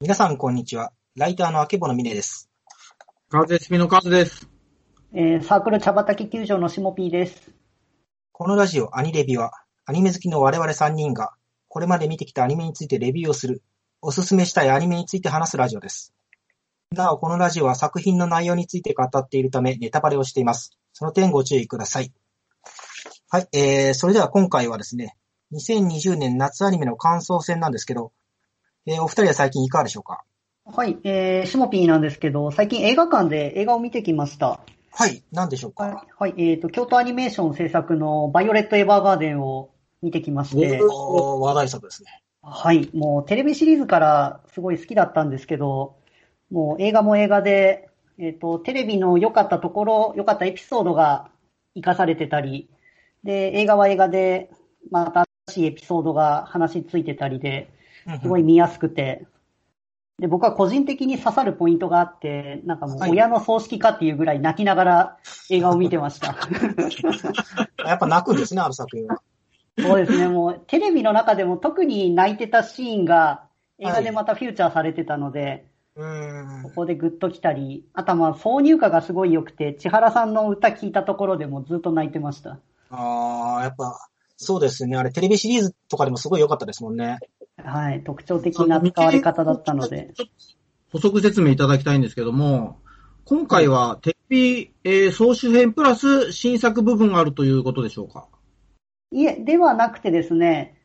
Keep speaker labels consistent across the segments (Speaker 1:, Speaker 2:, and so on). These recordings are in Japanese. Speaker 1: 皆さんこんにちは。ライターのあけぼのみねです。
Speaker 2: カズエスピのカズです。
Speaker 3: えーサークル茶畑球場のしもぴーです。
Speaker 1: このラジオアニレビは、アニメ好きの我々3人が、これまで見てきたアニメについてレビューをする、おすすめしたいアニメについて話すラジオです。なお、このラジオは作品の内容について語っているため、ネタバレをしています。その点ご注意ください。はい、えー、それでは今回はですね、2020年夏アニメの感想戦なんですけど、えー、お二人は最近いかがでしょうか
Speaker 3: はい、えー、しもぴーなんですけど、最近映画館で映画を見てきました。
Speaker 1: はい、何でしょうか、
Speaker 3: はい、はい、えっ、と、京都アニメーション制作のバイオレット・エヴァーガーデンを見てきまして、
Speaker 1: おー話題作ですね。
Speaker 3: はい、もうテレビシリーズからすごい好きだったんですけど、もう映画も映画で、えっ、と、テレビの良かったところ、良かったエピソードが活かされてたり、で、映画は映画で、また新しいエピソードが話ついてたりで、すごい見やすくて、で、僕は個人的に刺さるポイントがあって、なんかもう
Speaker 1: はい
Speaker 3: 親の葬式かっていうぐらい泣きながら映画を見て ました。
Speaker 1: やっぱ泣くんですね、あの作品は。
Speaker 3: そうですね、もうテレビの中でも特に泣いてたシーンが映画でまたフューチャーされてたので、
Speaker 1: うーん
Speaker 3: こ。こでグッと来たり、あとはまあ挿入歌がすごい良くて、千原さんの歌聞いたところでもずっと泣いてました。
Speaker 1: ああ、やっぱ、そうですね。あれ、テレビシリーズとかでもすごい良かったですもんね。
Speaker 3: はい、特徴的な使われ方だったので。
Speaker 2: ちょっと補足説明いただきたいんですけども、今回は、テレビ、えー総集編プラス新作部分があるということでしょうか。
Speaker 3: いえ、ではなくてですね、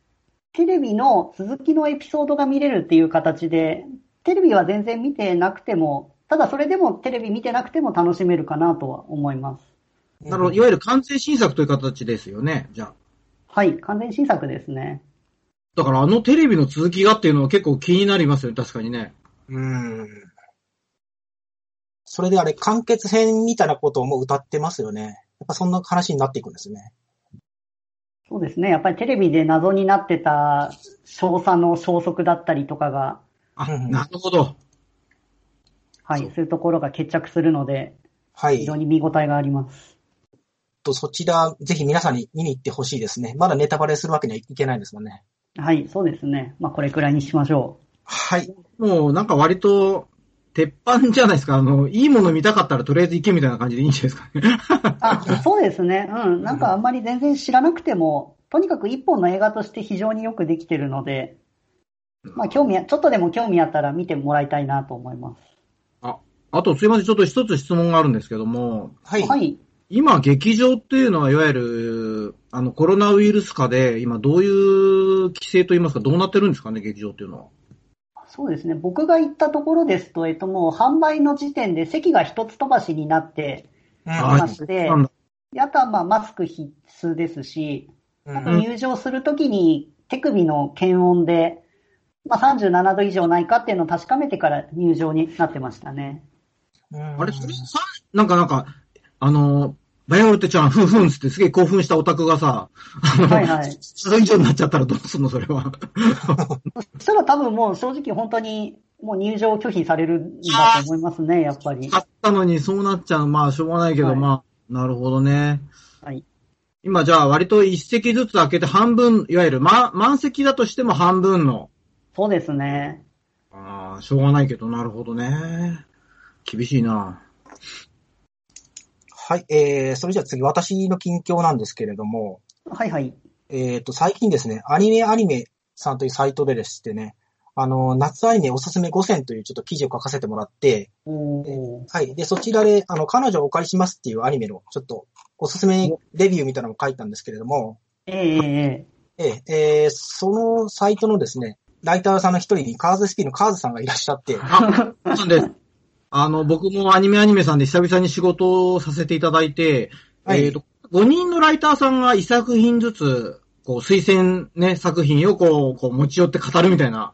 Speaker 3: テレビの続きのエピソードが見れるっていう形で、テレビは全然見てなくても、ただそれでもテレビ見てなくても楽しめるかなとは思います。
Speaker 2: なるほど。いわゆる完成新作という形ですよね。じゃあ。
Speaker 3: はい、完全新作ですね。
Speaker 2: だからあのテレビの続きがっていうのは結構気になりますよね。確かにね。
Speaker 1: うーん。それであれ、完結編みたいなことをもう歌ってますよね。やっぱそんな話になっていくんですね。
Speaker 3: そうですね、やっぱりテレビで謎になってた少佐の消息だったりとかが、
Speaker 2: あ、
Speaker 1: うんうん
Speaker 2: なるほど。
Speaker 3: は
Speaker 2: そう
Speaker 3: い、そういうところが決着するので、
Speaker 1: はい。ち
Speaker 3: 非常
Speaker 1: ょっ
Speaker 3: に見応えがあります。
Speaker 1: とそちら、ぜひ皆さんに見に行ってほしいですね。まだネタバレするわけにはいけないですもんね。
Speaker 3: はい、そうですね。まあ、これくらいにしましょう。
Speaker 1: はい。
Speaker 2: もうなんか割と、鉄板じゃないですか。あの、いいもの見たかったらとりあえず行けみたいな感じでいいんじゃないですかね。
Speaker 3: あ、そうですね。うん。なんかあんまり全然知らなくても、とにかく一本の映画として非常によくできてるので、まあ興味あ、ちょっとでも興味あったら見てもらいたいなと思いま
Speaker 2: あ、あとすいません。ちょっと一つ質問があるんですけども、
Speaker 1: は
Speaker 3: す。
Speaker 1: い。
Speaker 3: はい。
Speaker 2: 今、劇場っていうのは、いわゆる、あの、コロナウイルス下で、今、どういう規制といいますか、どうなってるんですかね、劇場っていうのは。
Speaker 3: そうですね。僕が行ったところですと、えっともう販売の時点で席が一つ飛ばしになって
Speaker 1: うん
Speaker 3: いま
Speaker 2: あ
Speaker 3: し
Speaker 2: あ
Speaker 3: て、
Speaker 2: なんだ
Speaker 3: であとはまあマスク必須ですし、
Speaker 1: う
Speaker 3: あ
Speaker 1: ん
Speaker 3: と入場するときに手首の検温で、まあ、37度以上ないかっていうのを確かめてから入場になってまし たね。
Speaker 2: あれ、それ、さ、なんか、なんか、あの、バイオルテちゃん、ふんふんっつって、すげえ興奮したオタクがさ、あの、
Speaker 3: はいはい。
Speaker 2: それ以上になっちゃったらどうすんの、それは。
Speaker 3: そしたら多分もう正直本当にもう入場を拒否されるんだと思いますね、やっぱり。
Speaker 2: 買ったのにそうなっちゃう、まあ、しょうがないけど、
Speaker 3: はい
Speaker 2: まあ、なるほどね。
Speaker 3: はい。
Speaker 2: 今、じゃあ、割と一席ずつ開けて、半分、いわゆる、ま、満席だとしても半分の、
Speaker 3: そうですね。
Speaker 2: ああ、しょうがないけど、なるほどね。厳しいな。
Speaker 1: はい。えー、それじゃあ次、私の近況なんですけれども、
Speaker 3: はいはい。
Speaker 1: えっ、と、最近ですね、アニメアニメさんというサイトででしてね、あの、夏アニメおすすめ5選というちょっと記事を書かせてもらって、
Speaker 3: おー
Speaker 1: はい。で、そちらで、あの、彼女をお借りしますっていうアニメの、ちょっと、おすすめレビューみたいなのを書いたんですけれども、
Speaker 3: ええええ
Speaker 1: えええーそのサイトのですね、ライターさんの一人に、カーズスピーのカーズさんがいらっしゃって、
Speaker 2: なんで、あの、僕もアニメアニメさんで久々に仕事をさせていただいて、
Speaker 1: はい
Speaker 2: えっと、5人のライターさんが1作品ずつ、こう、推薦ね、作品をこう、こう持ち寄って語るみたいな、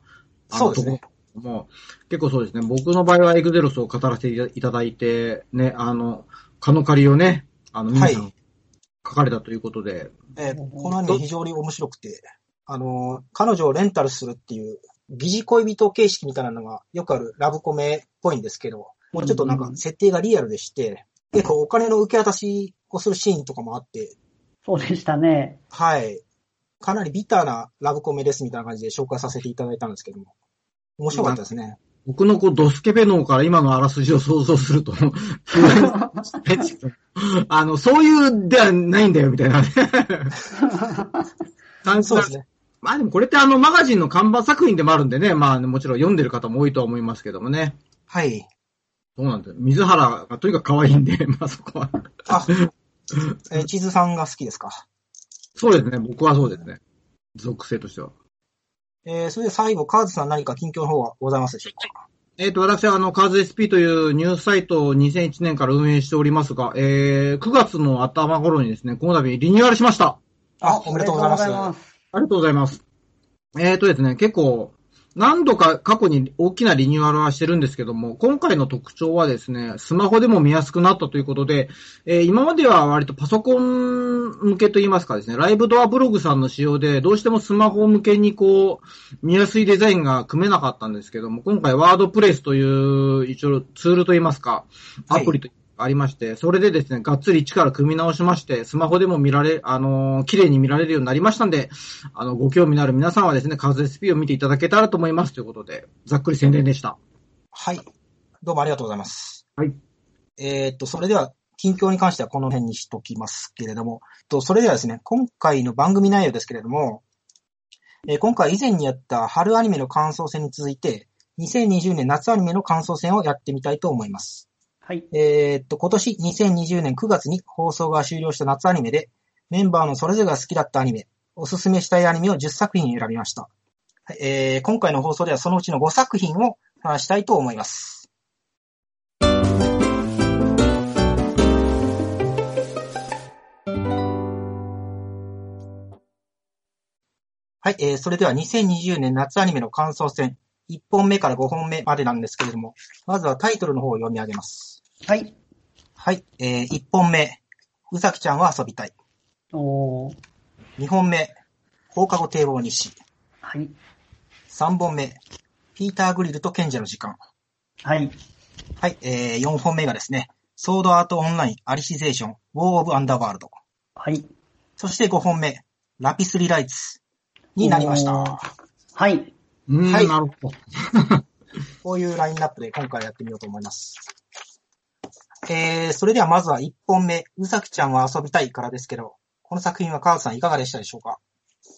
Speaker 2: あ
Speaker 1: そ
Speaker 2: の
Speaker 1: うですね。
Speaker 2: ところも結構そうですね。僕の場合はエグゼロスを語らせていただいて、ね、あの、カノカリをね、あの、皆さ
Speaker 1: は
Speaker 2: ん書かれたということで、
Speaker 1: えーこのアニメ非常に面白くて、あの、彼女をレンタルするっていう、疑似恋人形式みたいなのがよくあるラブコメっぽいんですけど、もうちょっとなんか設定がリアルでして、結構お金の受け渡しをするシーンとかもあって、
Speaker 3: そうでしたね。
Speaker 1: はい。かなりビターなラブコメですみたいな感じで紹介させていただいたんですけども。面白かったですね。
Speaker 2: 僕のこう、ドスケベ脳から今のあらすじを想像すると、 あの、そういうではないんだよ、みた いなね。感
Speaker 1: そうですね。
Speaker 2: まあでもこれってあの、マガジンの看板作品でもあるんでね、まあもちろん読んでる方も多いとは思いますけどもね。
Speaker 1: はい。
Speaker 2: そうなんですよ。水原がとにかく可愛いんで、 まあそこは。
Speaker 1: あ、えー地図さんが好きですか。
Speaker 2: そうですね、僕はそうですね。属性としては。
Speaker 1: えー、それで最後、カーズさん何か近況の方はございますでしょうか。
Speaker 2: えっ、と、私はあの、カーズ SP というニュースサイトを2001年から運営しておりますが、えー、9月の頭頃にですね、この度リニューアルしました。
Speaker 1: あ、おめでとうございます。
Speaker 3: おめでとうございます。
Speaker 2: ありがとうございます。えーとですね、結構、何度か過去に大きなリニューアルはしてるんですけども、今回の特徴はですね、スマホでも見やすくなったということで、えー今までは割とパソコン向けといいますかですね、ライブドアブログさんの仕様で、どうしてもスマホ向けにこう、見やすいデザインが組めなかったんですけども、今回ワードプレスという一応ツールといいますか、
Speaker 1: は
Speaker 2: ア
Speaker 1: い
Speaker 2: プリとありまして、それでですね、がっつり力組み直しまして、スマホでも見られ、あのー綺麗に見られるようになりましたんで、あの、ご興味のある皆さんはですね、カズ SP を見ていただけたらと思いますということで、ざっくり宣伝でした。
Speaker 1: はい。どうもありがとうございます。
Speaker 2: はい。
Speaker 1: えーっと、それでは、近況に関してはこの辺にしときますけれども、とそれではですね、今回の番組内容ですけれども、えー今回以前にやった春アニメの感想戦に続いて、2020年夏アニメの感想戦をやってみたいと思います。
Speaker 3: はい。
Speaker 1: えーっと、今年2020年9月に放送が終了した夏アニメで、メンバーのそれぞれが好きだったアニメ、おすすめしたいアニメを10作品選びました。はいえー今回の放送ではそのうちの5作品を話したいと思います。はい、えーそれでは2020年夏アニメの感想戦、1本目から5本目までなんですけれども、まずはタイトルの方を読み上げます。
Speaker 3: はい。
Speaker 1: はい。えー、1本目、うさきちゃんは遊びたい。
Speaker 3: おー
Speaker 1: 2本目、放課後堤防日誌。
Speaker 3: はい。
Speaker 1: 3本目、ピーター・グリルと賢者の時間。
Speaker 3: はい。
Speaker 1: はい。えー、4本目がですね、ソードアート・オンライン・アリシゼーション・ウォー・オブ・アンダーワールド。
Speaker 3: はい。
Speaker 1: そして5本目、ラピスリ・ライツになりまし
Speaker 3: お
Speaker 1: た。
Speaker 3: ーはい。
Speaker 2: うーん、
Speaker 1: はい
Speaker 2: なるほど。
Speaker 1: こういうラインナップで今回やってみようと思います。えー、それではまずは1本目、うさきちゃんは遊びたいからですけど、この作品はカールさんいかがでしたでしょうか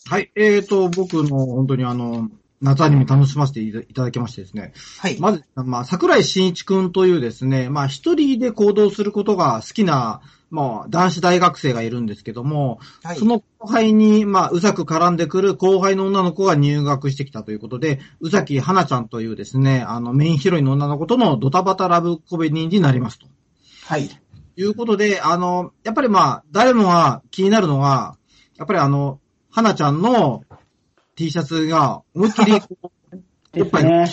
Speaker 2: はい、えーと、僕の本当にあの、夏アニメ楽しませていただきましてですね、
Speaker 1: はい。
Speaker 2: まず、まあ、桜井真一くんというですね、まあ、一人で行動することが好きな、まあ、男子大学生がいるんですけども、
Speaker 1: はい
Speaker 2: そ。の後輩に、まあ、うざく絡んでくる後輩の女の子が入学してきたということで、うざきはなちゃんというですね、あの、メインヒロインの女の子とのドタバタラブコメディになりますと。
Speaker 1: はい。
Speaker 2: いうことで、あの、やっぱりまあ、誰もが気になるのは、やっぱりあの、はなちゃんの T シャツが思いっきりや
Speaker 3: で
Speaker 2: っ
Speaker 3: す
Speaker 2: ぱり
Speaker 3: ね。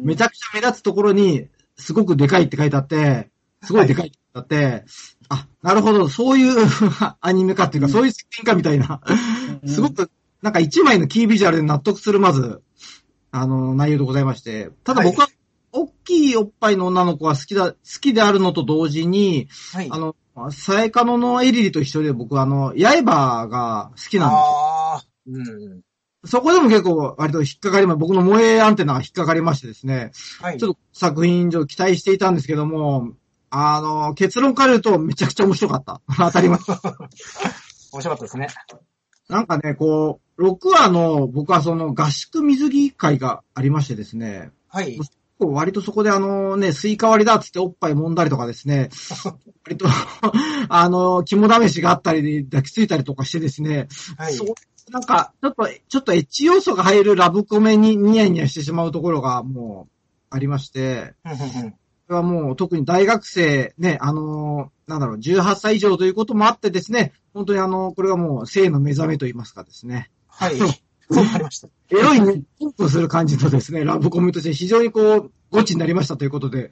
Speaker 2: めちゃくちゃ目立つところに、すごくでかいって書いてあって、すごいでかいって書いてあって、あ、なるほど、そういう アニメかっていうか、
Speaker 3: うん
Speaker 2: そういう作品かみたいな、
Speaker 3: うん
Speaker 2: すごく、なんか一枚のキービジュアルで納得する、まず、あの、内容でございまして、ただ僕は、大きいおっぱいの女の子が好きだ、好きであるのと同時に、
Speaker 1: はい。
Speaker 2: あの、サエカノのエリリと一緒で僕はあの、刃が好きなんですよ。
Speaker 1: ああ、うん。
Speaker 2: そこでも結構割と引っかかりま、僕の萌えアンテナが引っかかりましてですね、
Speaker 1: はい。
Speaker 2: ちょっと作品上期待していたんですけども、あの、結論から言うとめちゃくちゃ面白かった。 当たり 前。
Speaker 1: 面白かったですね。
Speaker 2: なんかね、こう、6話の僕はその合宿水着会がありましてですね、
Speaker 1: はい。
Speaker 2: こう割とそこであのね、スイカ割りだっつっておっぱい揉んだりとかです ね、割と、あの、肝試しがあったり、抱きついたりとかしてですね、
Speaker 1: はい。
Speaker 2: そう、なんか、ちょっと、ちょっとエッチ要素が入るラブコメにニヤニヤしてしまうところがもうありまして、
Speaker 1: うんうんうん
Speaker 2: これはもう特に大学生ね、あのーなんだろう、18歳以上ということもあってですね、本当にあのこれがもう性の目覚めと言いますかですね、
Speaker 1: はい。そうなりました。
Speaker 2: エロいね、ポンプする感じのですね、ラブコメとして非常にこう、ゴチになりましたということで、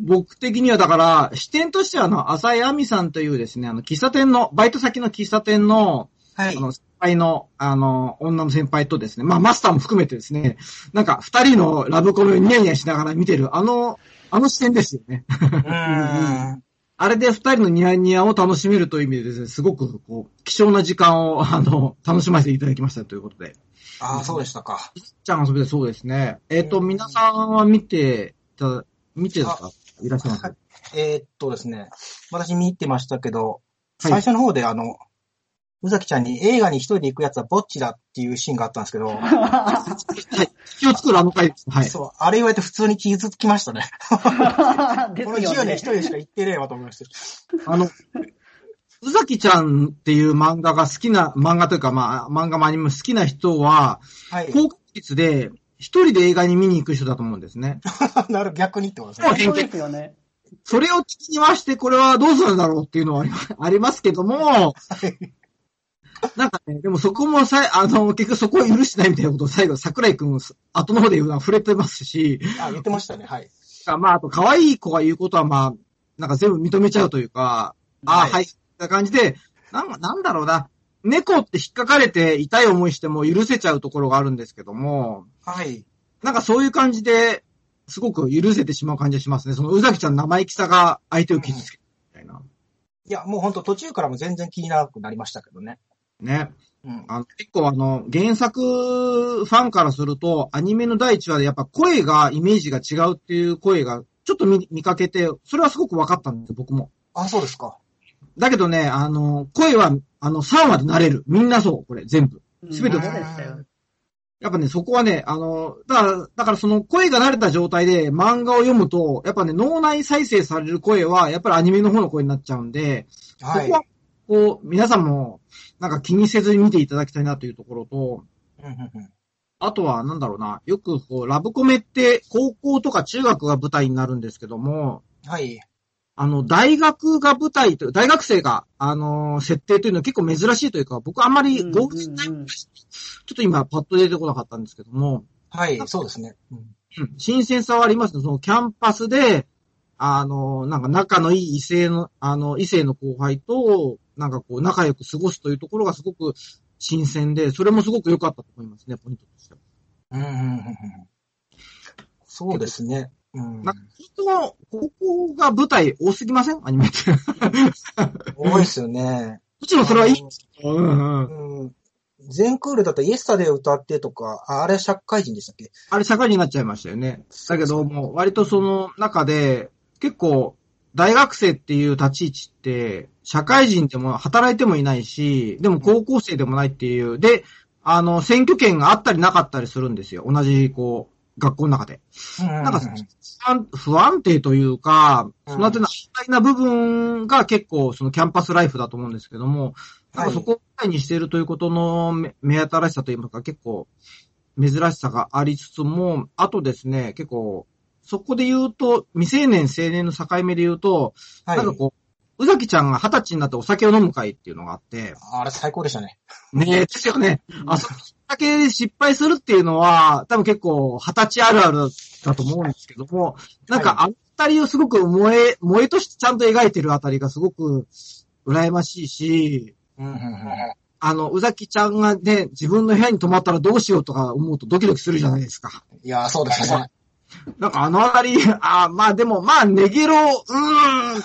Speaker 2: 僕的にはだから、視点としてはあの、浅井亜美さんというですね、あの、喫茶店の、バイト先の喫茶店の、
Speaker 1: はい
Speaker 2: あ。の、先輩の、あの、女の先輩とですね、まあ、マスターも含めてですね、なんか、二人のラブコメをニヤニヤしながら見てる、あの、あの視点ですよね。
Speaker 1: うーん。
Speaker 2: あれで二人のニヤニヤを楽しめるという意味でですね、すごく、こう、貴重な時間を、 あの、楽しませていただきましたということで。
Speaker 1: ああ、そうでしたか。
Speaker 2: ちゃん遊びでそうですね。えっ、
Speaker 1: う
Speaker 2: と、
Speaker 1: ん
Speaker 2: 皆さんは見てた、見てですかいらっしゃいます
Speaker 1: はいえーっとですね、私見入ってましたけど、
Speaker 2: はい
Speaker 1: 最初の方であの、宇崎ちゃんに映画に一人で行くやつはぼっちだっていうシーンがあったんですけど、
Speaker 2: 気を作るあの回です。はい。
Speaker 1: そう、あれ言われて普通に気づきましたね。
Speaker 3: で
Speaker 1: この
Speaker 3: す
Speaker 1: 10
Speaker 3: よ
Speaker 1: 年
Speaker 3: ね
Speaker 1: 一。人しか行ってねえわと思いました。
Speaker 2: あの、宇崎ちゃんっていう漫画が好きな、漫画というか、まあ、漫画もアニメも好きな人は、
Speaker 1: はい。
Speaker 2: 高確率で、一人で映画に見に行く人だと思うんですね。
Speaker 1: なる逆にってことです
Speaker 2: そう
Speaker 1: ね。
Speaker 3: そうですよね。
Speaker 2: それを聞きまして、これはどうするんだろうっていうのはありまありますけ ども、なんかね、でもそこもさ、あの、結局そこを許しないみたいなことを最後、桜井くん、後の方で言うのは触れてますし、
Speaker 1: あ、言ってましたね。はい。
Speaker 2: まあ、あと、可愛い子が言うことは、まあ、なんか全部認めちゃうというか、ああ、
Speaker 1: は
Speaker 2: はいい、な感じで、なん、なんだろうな。猫って引っかかれて痛い思いしても許せちゃうところがあるんですけども、
Speaker 1: はい。
Speaker 2: なんかそういう感じで、すごく許せてしまう感じがしますね。その、宇崎ちゃんの生意気さが相手を傷つけるみたいな。
Speaker 1: いや、もうほんと途中からも全然気にならなくなりましたけどね。
Speaker 2: ね。
Speaker 1: うん。
Speaker 2: あの、結構あの、原作ファンからすると、アニメの第1話でやっぱ声が、イメージが違うっていう声が、ちょっと見見かけて、それはすごく分かったんですよ、僕も。
Speaker 1: あ、そうですか。
Speaker 2: だけどね、あの、声は、あの、3話で慣れる。みんなそう、これ、全部。全て
Speaker 3: うんそうでしたよ。
Speaker 2: やっぱね、そこはね、あの、だから、だからその声が慣れた状態で漫画を読むと、やっぱね、脳内再生される声は、やっぱりアニメの方の声になっちゃうんで、
Speaker 1: はい。
Speaker 2: そこは、こう、皆さんも、なんか気にせずに見ていただきたいなというところと、
Speaker 1: うんうんうん
Speaker 2: あとは、なんだろうな、よく、こう、ラブコメって、高校とか中学が舞台になるんですけども、
Speaker 1: はい。
Speaker 2: あの、大学が舞台と、大学生が、あのー設定というのは結構珍しいというか、僕あんまり合理的な、
Speaker 3: う
Speaker 2: ち
Speaker 3: んうん
Speaker 2: ょ
Speaker 3: うん
Speaker 2: っと今パッと出てこなかったんですけども、
Speaker 1: はい。そうですね。うん
Speaker 2: うん新鮮さはありますね。そのキャンパスで、あのーなんか仲のいい異性の、あの、異性の後輩と、なんかこう、仲良く過ごすというところがすごく新鮮で、それもすごく良かったと思いますね、ポイントとしては。
Speaker 1: うんうんうんうんそうですね。うん
Speaker 2: な。んか、本当高校が舞台多すぎませんアニメ って。も
Speaker 1: 多いですよね。
Speaker 2: ちろんそれはいい んですけど。うんうん
Speaker 1: うん。全クールだとイエスタで歌ってとか、ああれ社会人でしたっけ
Speaker 2: あれ、社会人になっちゃいましたよね。だけど、もう、割とその中で、結構、大学生っていう立ち位置って、社会人でも働いてもいないし、でも高校生でもないっていう、で、あの、選挙権があったりなかったりするんですよ。同じ、こう、学校の中で。
Speaker 1: うんうんうん
Speaker 2: なんか、不安不安定というか、
Speaker 1: うん
Speaker 2: そのあての反対な部分が結構、そのキャンパスライフだと思うんですけども、なんかそこを舞台にしているということの目目新しさといいますか、結構、珍しさがありつつも、あとですね、結構、そこで言うと、未成年、青年の境目で言うと、
Speaker 1: はい
Speaker 2: なんか。こう、宇崎ちゃんが二十歳になってお酒を飲む会っていうのがあって、
Speaker 1: あれ最高でしたね。
Speaker 2: ねえ、ですよね。あそこだけ失敗するっていうのは、多分結構二十歳あるあるだと思うんですけども、なん
Speaker 1: は
Speaker 2: かあの二人をすごく萌え、萌えとしてちゃんと描いてるあたりがすごく羨ましいし、
Speaker 1: うんうんうん
Speaker 2: あの、宇崎ちゃんがね、自分の部屋に泊まったらどうしようとか思うとドキドキするじゃないですか。
Speaker 1: いやー、そうですね。
Speaker 2: なんかあのあたり、あーまあでも、まあ、ネゲロ、うーん、
Speaker 1: うん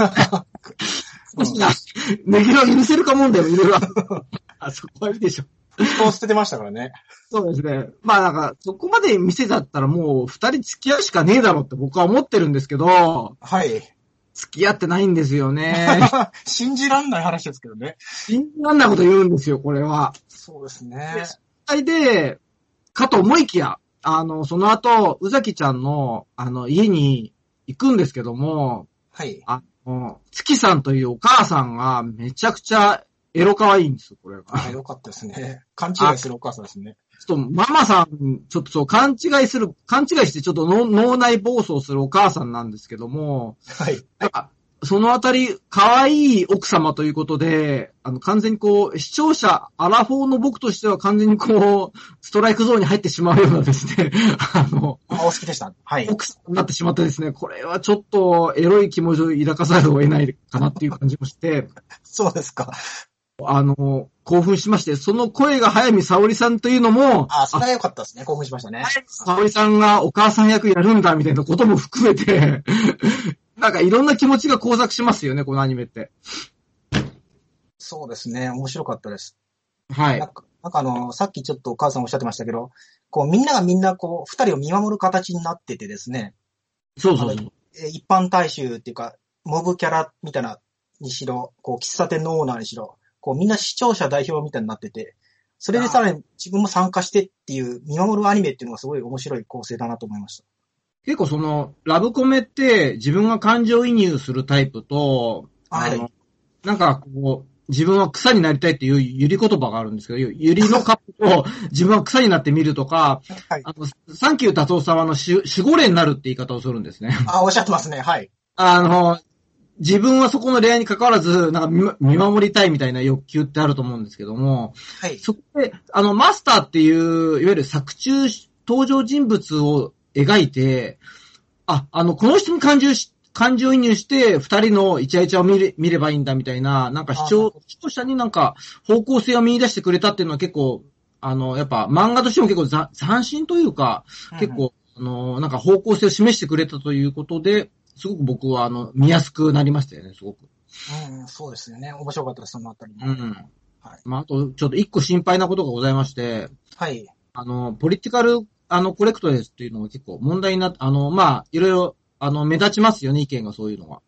Speaker 2: もしな、 ネギロに見せるか問題もいろいろある。 あそこはいいでしょ。
Speaker 1: 人を捨ててましたからね。
Speaker 2: そうですね。まあなんか、そこまで見せちゃったらもう二人付き合うしかねえだろうって僕は思ってるんですけど、
Speaker 1: はい。
Speaker 2: 付き合ってないんですよね。
Speaker 1: 信じらんない話ですけどね。
Speaker 2: 信じらんないこと言うんですよ、これは。
Speaker 1: そうですね。
Speaker 2: 二人で、かと思いきや、あの、その後、宇崎ちゃんの、あの、家に行くんですけども、
Speaker 1: はい。
Speaker 2: あの、月さんというお母さんがめちゃくちゃエロ可愛いんですよ、これが。
Speaker 1: あよかったですね。勘違いするお母さんですね。
Speaker 2: ちょっと、ママさん、ちょっとそう、勘違いする、勘違いして、ちょっと脳脳内暴走するお母さんなんですけども、
Speaker 1: はい。
Speaker 2: なんか、そのあたり、可愛い奥様ということで、あの、完全にこう、視聴者、アラフォーの僕としては完全にこう、ストライクゾーンに入ってしまうようなですね、 あの、
Speaker 1: あ、お好きでした。はい。
Speaker 2: 奥様になってしまってですね、これはちょっと、エロい気持ちを抱かざるを得ないかなっていう感じもして、
Speaker 1: そうですか。
Speaker 2: あの、興奮しまして、その声が早見沙織さんというのも、
Speaker 1: あ、それは良かったですね。興奮しましたね。
Speaker 2: 沙織さんがお母さん役やるんだみたいなことも含めて、 なんかいろんな気持ちが交錯しますよね、このアニメって。
Speaker 1: そうですね。面白かったです。
Speaker 2: はい
Speaker 1: なん。かなんかあの、さっきちょっとお母さんおっしゃってましたけど、こう、みんながみんなこう、二人を見守る形になっててですね、
Speaker 2: そうそうそう。
Speaker 1: えー一般大衆っていうか、モブキャラみたいなにしろ、こう、喫茶店のオーナーにしろ、こう、みんな視聴者代表みたいになってて、それでさらに自分も参加してっていう、見守るアニメっていうのがすごい面白い構成だなと思いました。
Speaker 2: 結構その、ラブコメって自分が感情移入するタイプと、
Speaker 1: はい
Speaker 2: あの、なんかこう、自分は草になりたいっていうゆり言葉があるんですけど、ゆゆりのカップを 自分は草になってみるとか、
Speaker 1: はい。
Speaker 2: あの、サンキュー達夫さんはあのし守護霊になるって言い方をするんですね。
Speaker 1: あ、おっしゃってますね。はい。
Speaker 2: あの、自分はそこの恋愛に関わらず、なんか見ま見守りたいみたいな欲求ってあると思うんですけども、
Speaker 1: はい。
Speaker 2: そこで、あの、マスターっていう、いわゆる作中登場人物を描いて、あ、あの、この人に感情し、感情移入して、二人のイチャイチャを見れ見ればいいんだみたいな、なんか視
Speaker 1: あなる
Speaker 2: 聴視聴者になんか方向性を見出してくれたっていうのは結構、あの、やっぱ漫画としても結構ざ斬新というか、結構、あの、なんか方向性を示してくれたということで、すごく僕は、あの、見やすくなりましたよね、すごく。
Speaker 1: うん。うん、そうですよね。面白かったです、そのあたりも。
Speaker 2: うん。
Speaker 1: はい
Speaker 2: まあ、あと、ちょっと一個心配なことがございまして、
Speaker 1: はい。
Speaker 2: あの、ポリティカル、あの、コレクトですっていうのが結構問題になって、あの、まあ、いろいろ、あの、目立ちますよね、意見がそういうのは。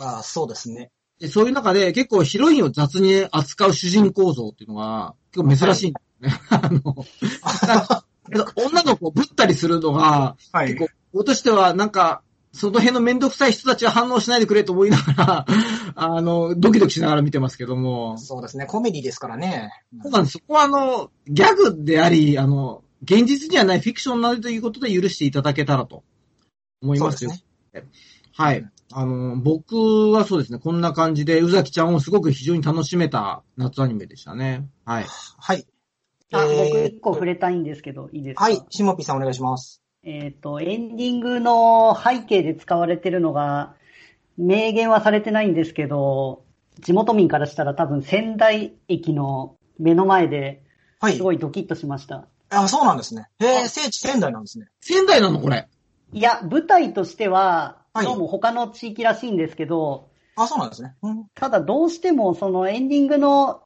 Speaker 1: あそうですね。
Speaker 2: で、そういう中で結構ヒロインを雑に扱う主人公像っていうのが結構珍しいんですね。 あの、なんか女の子をぶったりするのが、
Speaker 1: は
Speaker 2: 結構、僕としては、なんか、その辺のめんどくさい人たちは反応しないでくれと思いながら、あの、ドキドキしながら見てますけども、
Speaker 1: そうですね。コメディですからね。
Speaker 2: そうなんですそこはあの、ギャグであり、あの、現実にはないフィクションなどということで許していただけたらと思いますよ。
Speaker 1: そう
Speaker 2: はい。あの、僕はそうですね、こんな感じで、宇崎ちゃんをすごく非常に楽しめた夏アニメでしたね。はい。
Speaker 1: はい。
Speaker 3: あ僕
Speaker 1: えー
Speaker 3: 一個触れたいんですけど、いいですか
Speaker 1: はい。しもぴさんお願いします。
Speaker 3: えっ、と、エンディングの背景で使われてるのが、明言はされてないんですけど、地元民からしたら多分仙台駅の目の前で
Speaker 1: はい。
Speaker 3: すごいドキッとしました。
Speaker 1: あ、そうなんですね。へえ、聖地仙台なんですね。
Speaker 2: 仙台なのこれ。
Speaker 3: いや、舞台としては、
Speaker 1: はい
Speaker 3: どうも他の地域らしいんですけど、
Speaker 1: あ、そうなんですね。うん。
Speaker 3: ただどうしてもそのエンディングの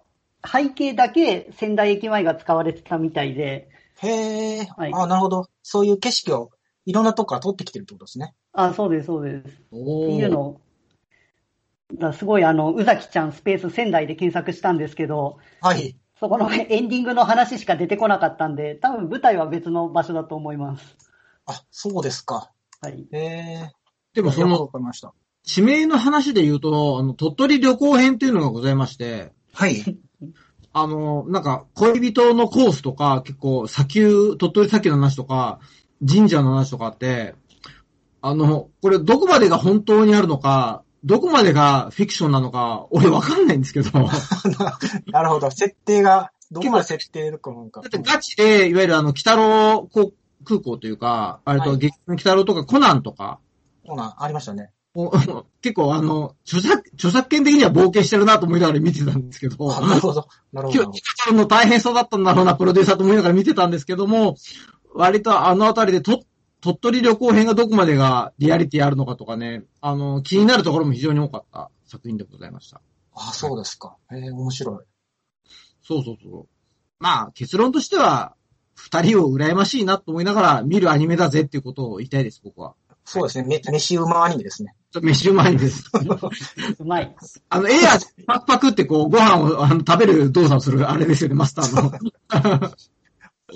Speaker 3: 背景だけ仙台駅前が使われてたみたいで、
Speaker 1: へえ、
Speaker 3: はい
Speaker 1: あ、なるほど。そういう景色をいろんなとこから撮ってきてるってことですね。
Speaker 3: あ、そうです、そうです。
Speaker 2: お
Speaker 3: っていうのをだからすごいあの、宇崎ちゃんスペース仙台で検索したんですけど、
Speaker 1: はい。
Speaker 3: そこの エンディングの話しか出てこなかったんで、多分舞台は別の場所だと思います。
Speaker 1: あ、そうですか。
Speaker 3: はい。
Speaker 1: へえ。
Speaker 2: でもそ
Speaker 1: よく
Speaker 2: の
Speaker 1: わ、かりました。
Speaker 2: 地名の話で言うと、あの、鳥取旅行編っていうのがございまして、
Speaker 1: はい。
Speaker 2: あの、なんか、恋人のコースとか、結構、砂丘、鳥取砂丘の話とか、神社の話とかあって、あの、これどこまでが本当にあるのか、どこまでがフィクションなのか、俺わかんないんですけ ど、だ
Speaker 1: なるほど。設定が、どこまで設定かなんか。
Speaker 2: ってガチで、いわゆるあの、北郎航空港というか、あれ
Speaker 1: は
Speaker 2: と、
Speaker 1: い
Speaker 2: 劇の北郎とかコナンとか、
Speaker 1: そうなん、ありましたね。
Speaker 2: お 結構あの、著作、著作権的には冒険してるなと思いながら見てたんです けど、
Speaker 1: あなるほど。なるほ
Speaker 2: 今
Speaker 1: ど
Speaker 2: 日、。北の大変そうだったんだろうな、プロデューサーと思いながら見てたんですけども、割とあのあたりでと、鳥取旅行編がどこまでがリアリティあるのかとかね、あの、気になるところも非常に多かった作品でございました。
Speaker 1: あ、そうですか。へえ、面白い。
Speaker 2: そうそうそう。まあ、結論としては、二人を羨ましいなと思いながら見るアニメだぜっていうことを言いたいです、僕は。
Speaker 1: そうですね。め、飯うまアニメですね。
Speaker 2: ちょっと飯うまいです。
Speaker 3: うまい。
Speaker 2: あの、エア、パクパクってこう、ご飯をあの食べる動作をするあれですよね、マスターの。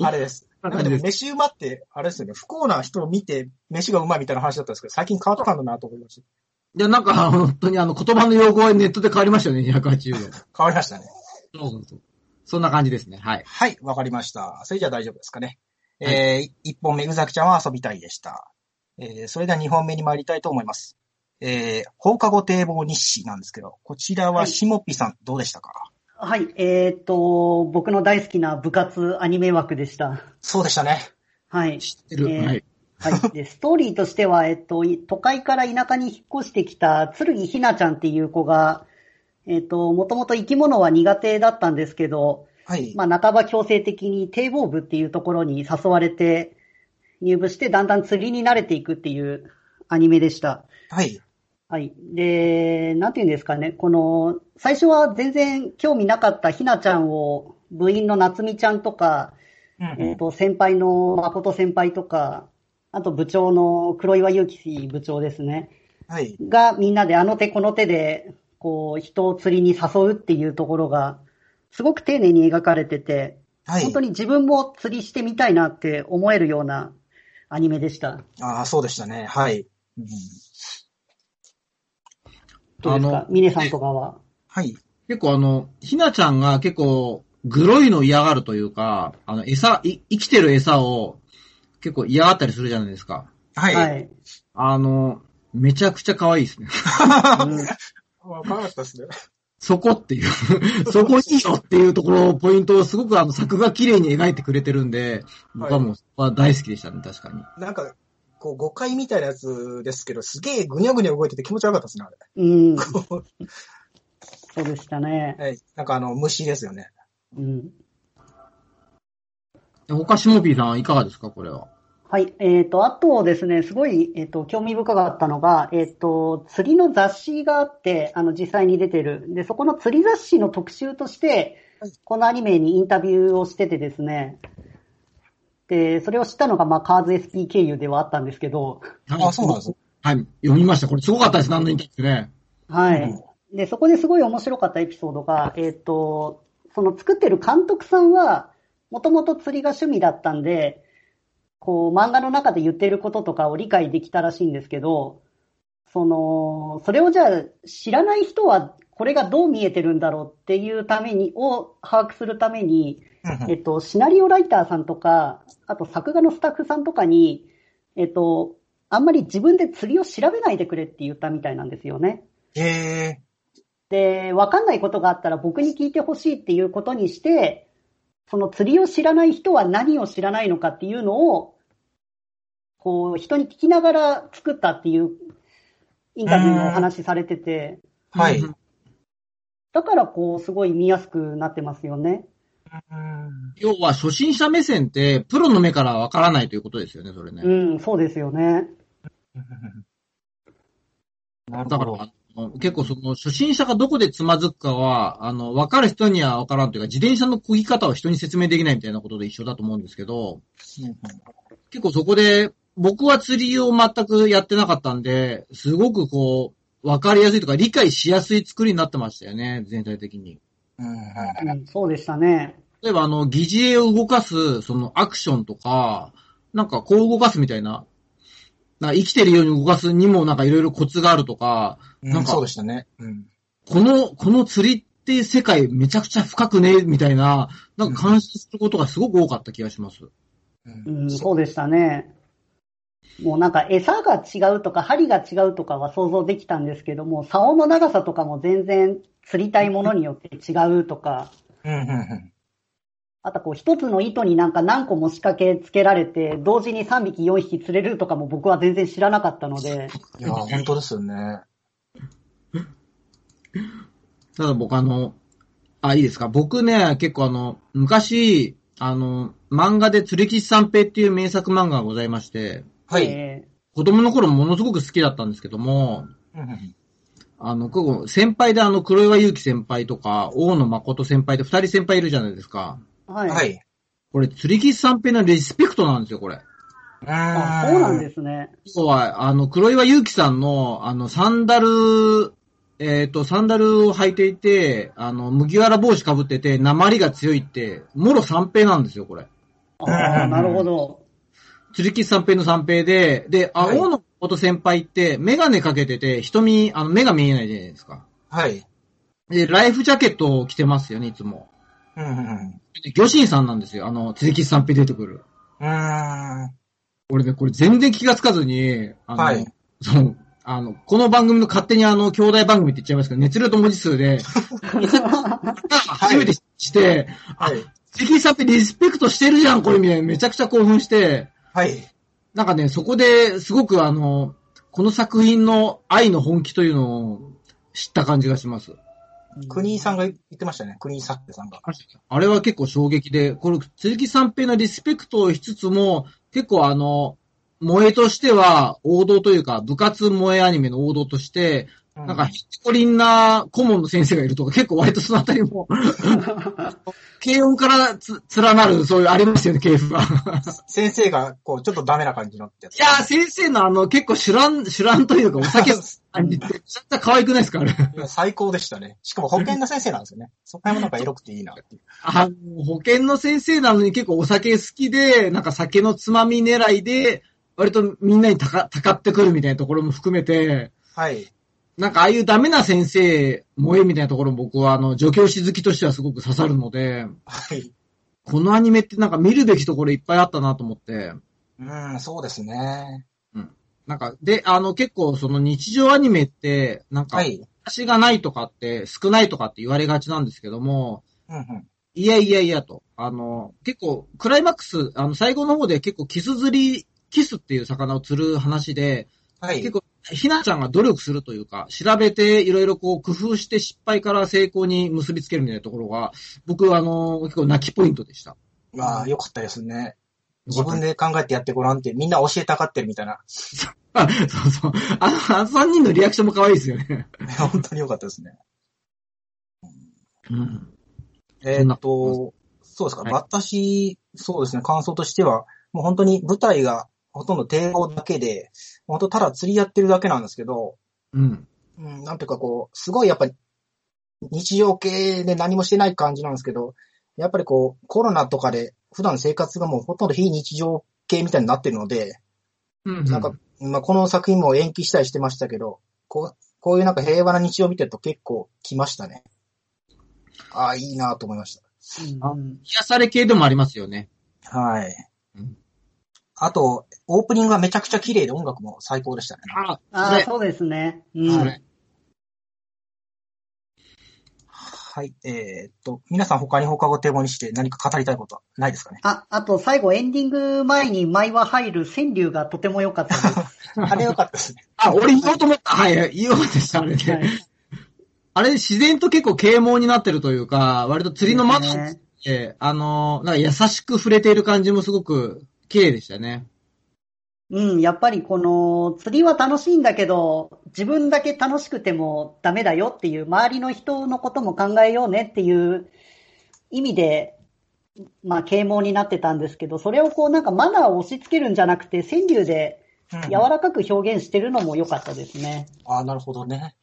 Speaker 1: あれです。
Speaker 2: な
Speaker 1: なんん
Speaker 2: か
Speaker 1: かで
Speaker 2: あれで
Speaker 1: も
Speaker 2: す
Speaker 1: 飯うまって、あれですよね。不幸な人を見て、飯がうまいみたいな話だったんですけど、最近変わったんだなと思いました。
Speaker 2: いや、なんか、本当にあの、言葉の用語はネットで変わりましたよね、280度。
Speaker 1: 変わりましたね。
Speaker 2: そうそうそう。そんな感じですね。はい。
Speaker 1: はい、わかりました。それじゃあ大丈夫ですかね。
Speaker 2: はい
Speaker 1: えー、一本目、うざきちゃんは遊びたいでした。えー、それでは二本目に参りたいと思います。えー、放課後堤防日誌なんですけど、こちら
Speaker 3: は
Speaker 1: はいしもっぴさん、どうでしたか
Speaker 3: はい。えーっと、僕の大好きな部活アニメ枠でした。
Speaker 1: そうでしたね。
Speaker 3: はい。
Speaker 2: 知ってる。
Speaker 3: えー
Speaker 2: はい。
Speaker 3: はい。で、ストーリーとしては、えっと、い都会から田舎に引っ越してきた、鶴木ひなちゃんっていう子が、えっと、もともと生き物は苦手だったんですけど、
Speaker 1: はい。
Speaker 3: まあ、半ば強制的に堤防部っていうところに誘われて、入部して、だんだん釣りに慣れていくっていうアニメでした。
Speaker 1: はい。
Speaker 3: はい。で、なんていうんですかね、この、最初は全然興味なかったひなちゃんを、部員の夏美ちゃんとか、
Speaker 1: うん
Speaker 3: えっと、先輩の誠先輩とか、あと部長の黒岩祐樹部長ですね。
Speaker 1: はい。
Speaker 3: がみんなであの手この手で、こう、人を釣りに誘うっていうところが、すごく丁寧に描かれてて、
Speaker 1: はい。
Speaker 3: 本当に自分も釣りしてみたいなって思えるようなアニメでした。
Speaker 1: ああ、そうでしたね。はい。うん
Speaker 3: どうですかミネさんとかは。
Speaker 1: はい。
Speaker 2: 結構あの、ひなちゃんが結構、グロいの嫌がるというか、あの、餌、い生きてる餌を結構嫌がったりするじゃないですか。
Speaker 1: はい。
Speaker 3: はい。
Speaker 2: あの、めちゃくちゃ可愛いですね。
Speaker 1: わかんなかったですね。
Speaker 2: そこって いう、そこいいよっていうところ、ポイントをすごくあの作画綺麗に描いてくれてるんで、僕はもう、そこは大好きでしたね、確かに。
Speaker 1: なんか、こう、誤解みたいなやつですけど、すげえぐにゃぐにゃ動いてて気持ち悪かったですね、あれ。
Speaker 3: うん。うんそうでしたね。
Speaker 1: はい。なんかあの、虫ですよね。
Speaker 3: うん。
Speaker 2: で他、しもぴーさんはいかがですか、これは。
Speaker 3: はい。えっ、と、あとですね、すごい、えっ、と、興味深かったのが、えっ、と、釣りの雑誌があって、あの、実際に出てる。で、そこの釣り雑誌の特集として
Speaker 1: はい、
Speaker 3: このアニメにインタビューをしててですね。で、それを知ったのが、まあ、カーズ SP 経由ではあったんですけど、
Speaker 1: あそうなんですね
Speaker 2: はい、読みました。これすごかったです、何年ってね。
Speaker 3: はい。
Speaker 1: うん
Speaker 3: で、そこですごい面白かったエピソードが、えっ、と、その作ってる監督さんは、もともと釣りが趣味だったんで、こう、漫画の中で言ってることとかを理解できたらしいんですけど、その、それをじゃあ、知らない人は、これがどう見えてるんだろうっていうために、を把握するために、えっと、シナリオライターさんとか、あと作画のスタッフさんとかに、えっと、あんまり自分で釣りを調べないでくれって言ったみたいなんですよね。
Speaker 1: へえ。
Speaker 3: で、わかんないことがあったら僕に聞いてほしいっていうことにして、その釣りを知らない人は何を知らないのかっていうのを、こう、人に聞きながら作ったっていうインタビューのお話しされてて、
Speaker 1: はい。
Speaker 2: うん
Speaker 3: だからこう、すごい見やすくなってますよね。
Speaker 2: 要は、初心者目線って、プロの目からわからないということですよね、それね。
Speaker 3: うん、そうですよね。
Speaker 1: なる
Speaker 2: だ
Speaker 1: ほ
Speaker 2: から
Speaker 1: ど。、
Speaker 2: あの結構その、初心者がどこでつまずくかは、あの、わかる人にはわからんというか、自転車の漕ぎ方を人に説明できないみたいなことで一緒だと思うんですけど、結構そこで、僕は釣りを全くやってなかったんで、すごくこう、わかりやすいとか、理解しやすい作りになってましたよね、全体的に。
Speaker 3: うん、そうでしたね。
Speaker 2: 例えば、あの、疑似絵を動かす、その、アクションとか、なんか、こう動かすみたいな、なんか生きてるように動かすにも、なんか、いろいろコツがあるとか、
Speaker 1: なんかそうでしたね。うん。
Speaker 2: この、この釣りっていう世界めちゃくちゃ深くね、みたいな、なんか監視することがすごく多かった気がします。
Speaker 3: うん、そうでしたね。もうなんか餌が違うとか針が違うとかは想像できたんですけども、竿の長さとかも全然釣りたいものによって違うとか、
Speaker 1: うんうんうん
Speaker 3: あとこう一つの糸になんか何個も仕掛けつけられて、同時に3匹4匹釣れるとかも僕は全然知らなかったので、
Speaker 1: いや、本当ですよね。
Speaker 2: ただ僕あの、あ、いいですか。僕ね、結構あの、昔、あの、漫画で釣り吉三平っていう名作漫画がございまして、
Speaker 1: はい。
Speaker 3: え
Speaker 2: 子供の頃ものすごく好きだったんですけども、
Speaker 1: うんうん
Speaker 2: あの、結構先輩であの、黒岩祐希先輩とか、大野誠先輩で二人先輩いるじゃないですか。
Speaker 3: ーはい。
Speaker 1: はい。
Speaker 2: これ、釣り吉三平のリスペクトなんですよ、これ。
Speaker 3: あそうなん
Speaker 1: す。
Speaker 3: ですね。
Speaker 2: そうは、あの、黒岩祐希さんの、あの、サンダル、えっ、と、サンダルを履いていて、あの、麦わら帽子かぶってて、鉛が強いって、もろ三平なんですよ、これ。
Speaker 3: ああ、なるほど。
Speaker 2: 鶴木三平の三平で、で、あ、
Speaker 1: はい
Speaker 2: 大野元先輩って、メガネかけてて、瞳、あの、目が見えないじゃないですか。
Speaker 1: はい。
Speaker 2: で、ライフジャケットを着てますよね、いつも。
Speaker 1: うんうんうん
Speaker 2: で魚神さんなんですよ、あの、鶴木三平出てくる。
Speaker 1: うーん。
Speaker 2: 俺ね、これ全然気がつかずに、あの、
Speaker 1: はい
Speaker 2: その、あの、この番組の勝手にあの、兄弟番組って言っちゃいますけど、熱量と文字 数で、初めてして、
Speaker 1: はい。
Speaker 2: 関さんってリスペクトしてるじゃん、これみたいな、めちゃくちゃ興奮して、
Speaker 1: はい。
Speaker 2: なんかね、そこですごくあの、この作品の愛の本気というのを知った感じがします。
Speaker 1: 国井さんが言ってましたね。国井さってさんが。
Speaker 2: あれは結構衝撃で、この鈴木三平のリスペクトをしつつも、結構あの、萌えとしては、王道というか、部活萌えアニメの王道として、
Speaker 1: うん
Speaker 2: なんか、ひっこりんな顧問の先生がいるとか、結構割とそのあたりも、 軽音からつ、連なる、そういう、ありますよね、系 譜が。
Speaker 1: 先生が、こう、ちょっとダメな感じのってやつ
Speaker 2: いやー、先生のあの、結構知らん、知らんというか、お 酒
Speaker 1: うん
Speaker 2: 感じって、めちゃくちゃ可愛くないですか、あれ。
Speaker 1: いや最高でしたね。しかも保健の先生なんですよね。そこら辺もなんかエロくていいなっていう。
Speaker 2: あの、保健の先生なのに結構お酒好きで、なんか酒のつまみ狙いで、割とみんなにたか、たかってくるみたいなところも含めて、
Speaker 1: はい。
Speaker 2: なんかああいうダメな先生、萌えみたいなところも僕はあの、助教師好きとしてはすごく刺さるので、
Speaker 1: はい。
Speaker 2: このアニメってなんか見るべきところいっぱいあったなと思って、
Speaker 1: うん、そうですね。
Speaker 2: なんか、で、あの結構その日常アニメって、なんか
Speaker 1: は、い。
Speaker 2: 私がないとかって、少ないとかって言われがちなんですけども、
Speaker 1: うんうん。
Speaker 2: いやいやいやと、あの、結構、クライマックス、あの、最後の方で結構キス釣り、キスっていう魚を釣る話で、
Speaker 1: はい。
Speaker 2: 結構、ひなちゃんが努力するというか、調べて、いろいろこう、工夫して失敗から成功に結びつけるみたいなところが、僕、あの、結構泣きポイントでした。
Speaker 1: まあ、良かったですね。
Speaker 2: よ
Speaker 1: 自
Speaker 2: かった
Speaker 1: 分で考えてやってごらんって、みんな教えたがってるみたいな。
Speaker 2: あ そうそう。あの、あの3人のリアクションも可愛いですよね。
Speaker 1: 本当に良かったですね。
Speaker 2: うん。
Speaker 1: えーっと、そうですか、
Speaker 2: はい
Speaker 1: 私、そうですね、感想としては、もう本当に舞台がほとんど帝王だけで、本当ただ釣りやってるだけなんですけど、
Speaker 2: うん。
Speaker 1: うん、なんていうかこう、すごいやっぱり日常系で何もしてない感じなんですけど、やっぱりこう、コロナとかで普段生活がもうほとんど非日常系みたいになってるので、
Speaker 2: うん。
Speaker 1: なんか、まあ、この作品も延期したりしてましたけど、こう、こういうなんか平和な日常を見てると結構来ましたね。ああ、いいなと思いました。
Speaker 2: あ
Speaker 3: うん
Speaker 2: 癒され系でもありますよね。
Speaker 1: はい
Speaker 2: うん。
Speaker 1: あと、オープニングがめちゃくちゃ綺麗で音楽も最高でしたね。
Speaker 2: あ、
Speaker 3: あ
Speaker 2: そ
Speaker 3: あ、
Speaker 2: れ
Speaker 3: そうですね。う
Speaker 2: そ
Speaker 3: ん。。
Speaker 2: れ
Speaker 1: はい。えーっと、皆さん他に放課後手本にして何か語りたいことはないですかね
Speaker 3: あ、あと最後エンディング前に舞は入る川柳がとても良かったで
Speaker 1: あれ良かったですね。
Speaker 2: あ、俺言おうと思った。はい、言おうでした、あれ
Speaker 3: す。
Speaker 2: で。
Speaker 3: はい
Speaker 2: あれ、自然と結構啓蒙になってるというか、割と 釣りの窓に、
Speaker 3: ね
Speaker 2: えあの、なんか優しく触れている感じもすごく綺麗でしたね。
Speaker 3: うん、やっぱりこの釣りは楽しいんだけど、自分だけ楽しくてもダメだよっていう、周りの人のことも考えようねっていう意味で、まあ啓蒙になってたんですけど、それをこうなんかマナーを押し付けるんじゃなくて、川柳で
Speaker 1: うん
Speaker 3: 柔らかく表現してるのも良かったですね。
Speaker 1: ああ、なるほどね。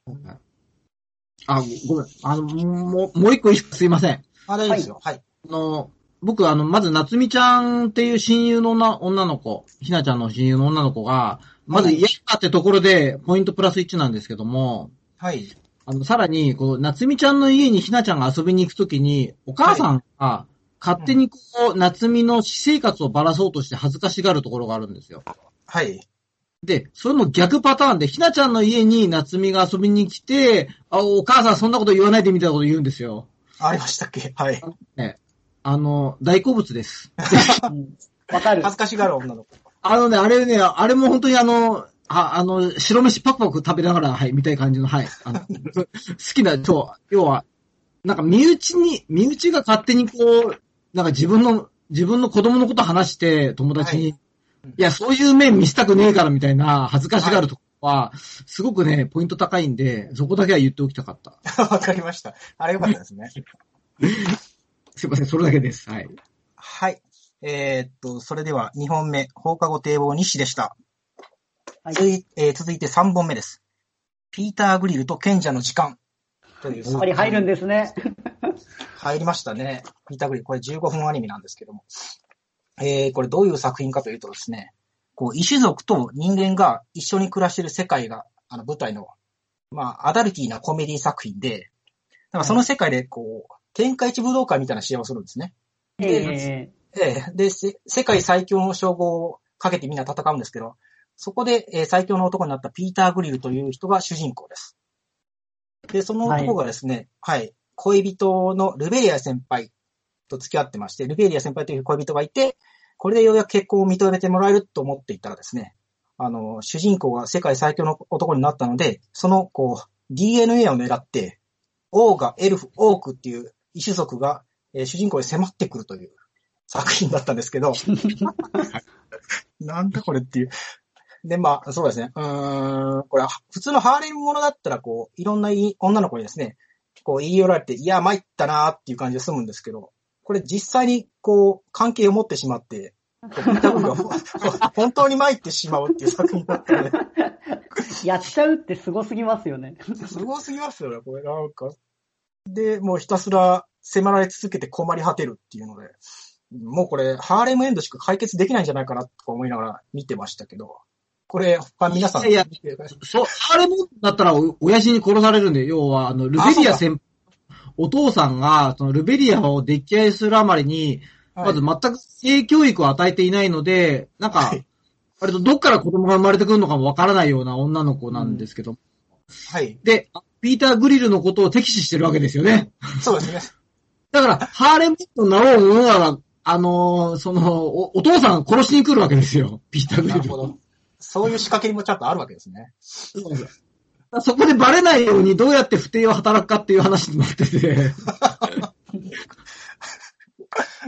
Speaker 2: あ、ごごめん。あの、もう、もう一個いいですかすいません。
Speaker 1: あ、大丈夫ですよ。はい。
Speaker 2: あの、僕、あの、まず、夏美ちゃんっていう親友の女女の子、ひなちゃんの親友の女の子が、まず、
Speaker 1: はい
Speaker 2: 嫌だってところで、ポイントプラス1なんですけども、
Speaker 1: はい。
Speaker 2: あの、さらに、この、夏美ちゃんの家にひなちゃんが遊びに行くときに、お母さんが、勝手にこう、夏美の私生活をばらそうとして恥ずかしがるところがあるんですよ。
Speaker 1: はい。
Speaker 2: で、それの逆パターンで、ひなちゃんの家に夏美が遊びに来て、あ、お母さんそんなこと言わないでみたいなこと言うんですよ。
Speaker 1: ありましたっけはい。
Speaker 2: あの、大好物です。
Speaker 3: うんわかる
Speaker 1: 恥。ずかしがる女の子。
Speaker 2: あのね、あれね、あれも本当にあの、ああの、白飯パクパク食べながら、はい、みたいな感じの、はい。あの 好きな、そう、要は、なんか身内に、身内が勝手にこう、なんか自分の、自分の子供のこと話して、友達に、
Speaker 1: はい
Speaker 2: い、や、そういう面見せたくねえからみたいな、恥ずかしがるとこは、すごくね、ポイント高いんで、そこだけは言っておきたかった。
Speaker 1: わかりました。あれ良かったですね。
Speaker 2: すいません、それだけです。はい。
Speaker 1: はい。えーっと、それでは2本目、放課後堤防西でした。
Speaker 3: はい
Speaker 1: 続いえー続いて3本目です。ピーター・グリルと賢者の時間。という
Speaker 3: やっぱり入るんですね。
Speaker 1: 入りましたね。ピーター・グリル。これ15分アニメなんですけども。えー、これどういう作品かというとですね、こう、異種族と人間が一緒に暮らしている世界が、あの、舞台の、まあ、アダルティーなコメディ作品で、なんかその世界で、こう、天下一武道会みたいな試合をするんですね。
Speaker 3: え
Speaker 1: ええ、で、せ世界最強の称号をかけてみんな戦うんですけど、そこで、えー最強の男になったピーター・グリルという人が主人公です。で、その男がですね、はい、恋人のルベリア先輩と付き合ってまして、ルベリア先輩という恋人がいて、これでようやく結婚を認めてもらえると思っていたらですね、あの、主人公が世界最強の男になったので、その、こう、DNA を狙って、王がエルフ、オークっていう異種族が、えー主人公に迫ってくるという作品だったんですけど、なんだこれっていう。で、まあ、そうですね。うーん、これは、普通のハーレムものだったら、こう、いろんないい女の子にですね、こう言い寄られて、いや、参ったなーっていう感じで済むんですけど、これ実際に、こう、関係を持ってしまって、こう見 た方が本当に参ってしまうっていう作品だったので、
Speaker 3: やっちゃうってすごすぎますよね。
Speaker 1: すごすぎますよね、これ、なんか。で、もうひたすら迫られ続けて困り果てるっていうので、もうこれ、ハーレムエンドしか解決できないんじゃないかなとか思いながら見てましたけど、これ、他皆さん
Speaker 2: いやいや
Speaker 1: 見てください
Speaker 2: そう、あれも、だったらお、親父に殺されるんで、要は、あの、ルベリア先お父さんが、その、ルベリアを溺愛するあまりに、
Speaker 1: はい
Speaker 2: まず全く性教育を与えていないので、なんか、
Speaker 1: はい
Speaker 2: 割とどっから子供が生まれてくるのかもわからないような女の子なんですけど、
Speaker 1: はい。
Speaker 2: で、ピーター・グリルのことを敵視してるわけですよね。
Speaker 1: そうですね。
Speaker 2: だから、ハーレムとなろうものなら、あのーそのお、お父さんが殺しに来るわけですよ、ピーター・グリ
Speaker 1: な
Speaker 2: ル。
Speaker 1: るほど。そういう仕掛けもちゃんとあるわけですね。
Speaker 2: そうなんですよそこでバレないようにどうやって不定を働くかっていう話になって て。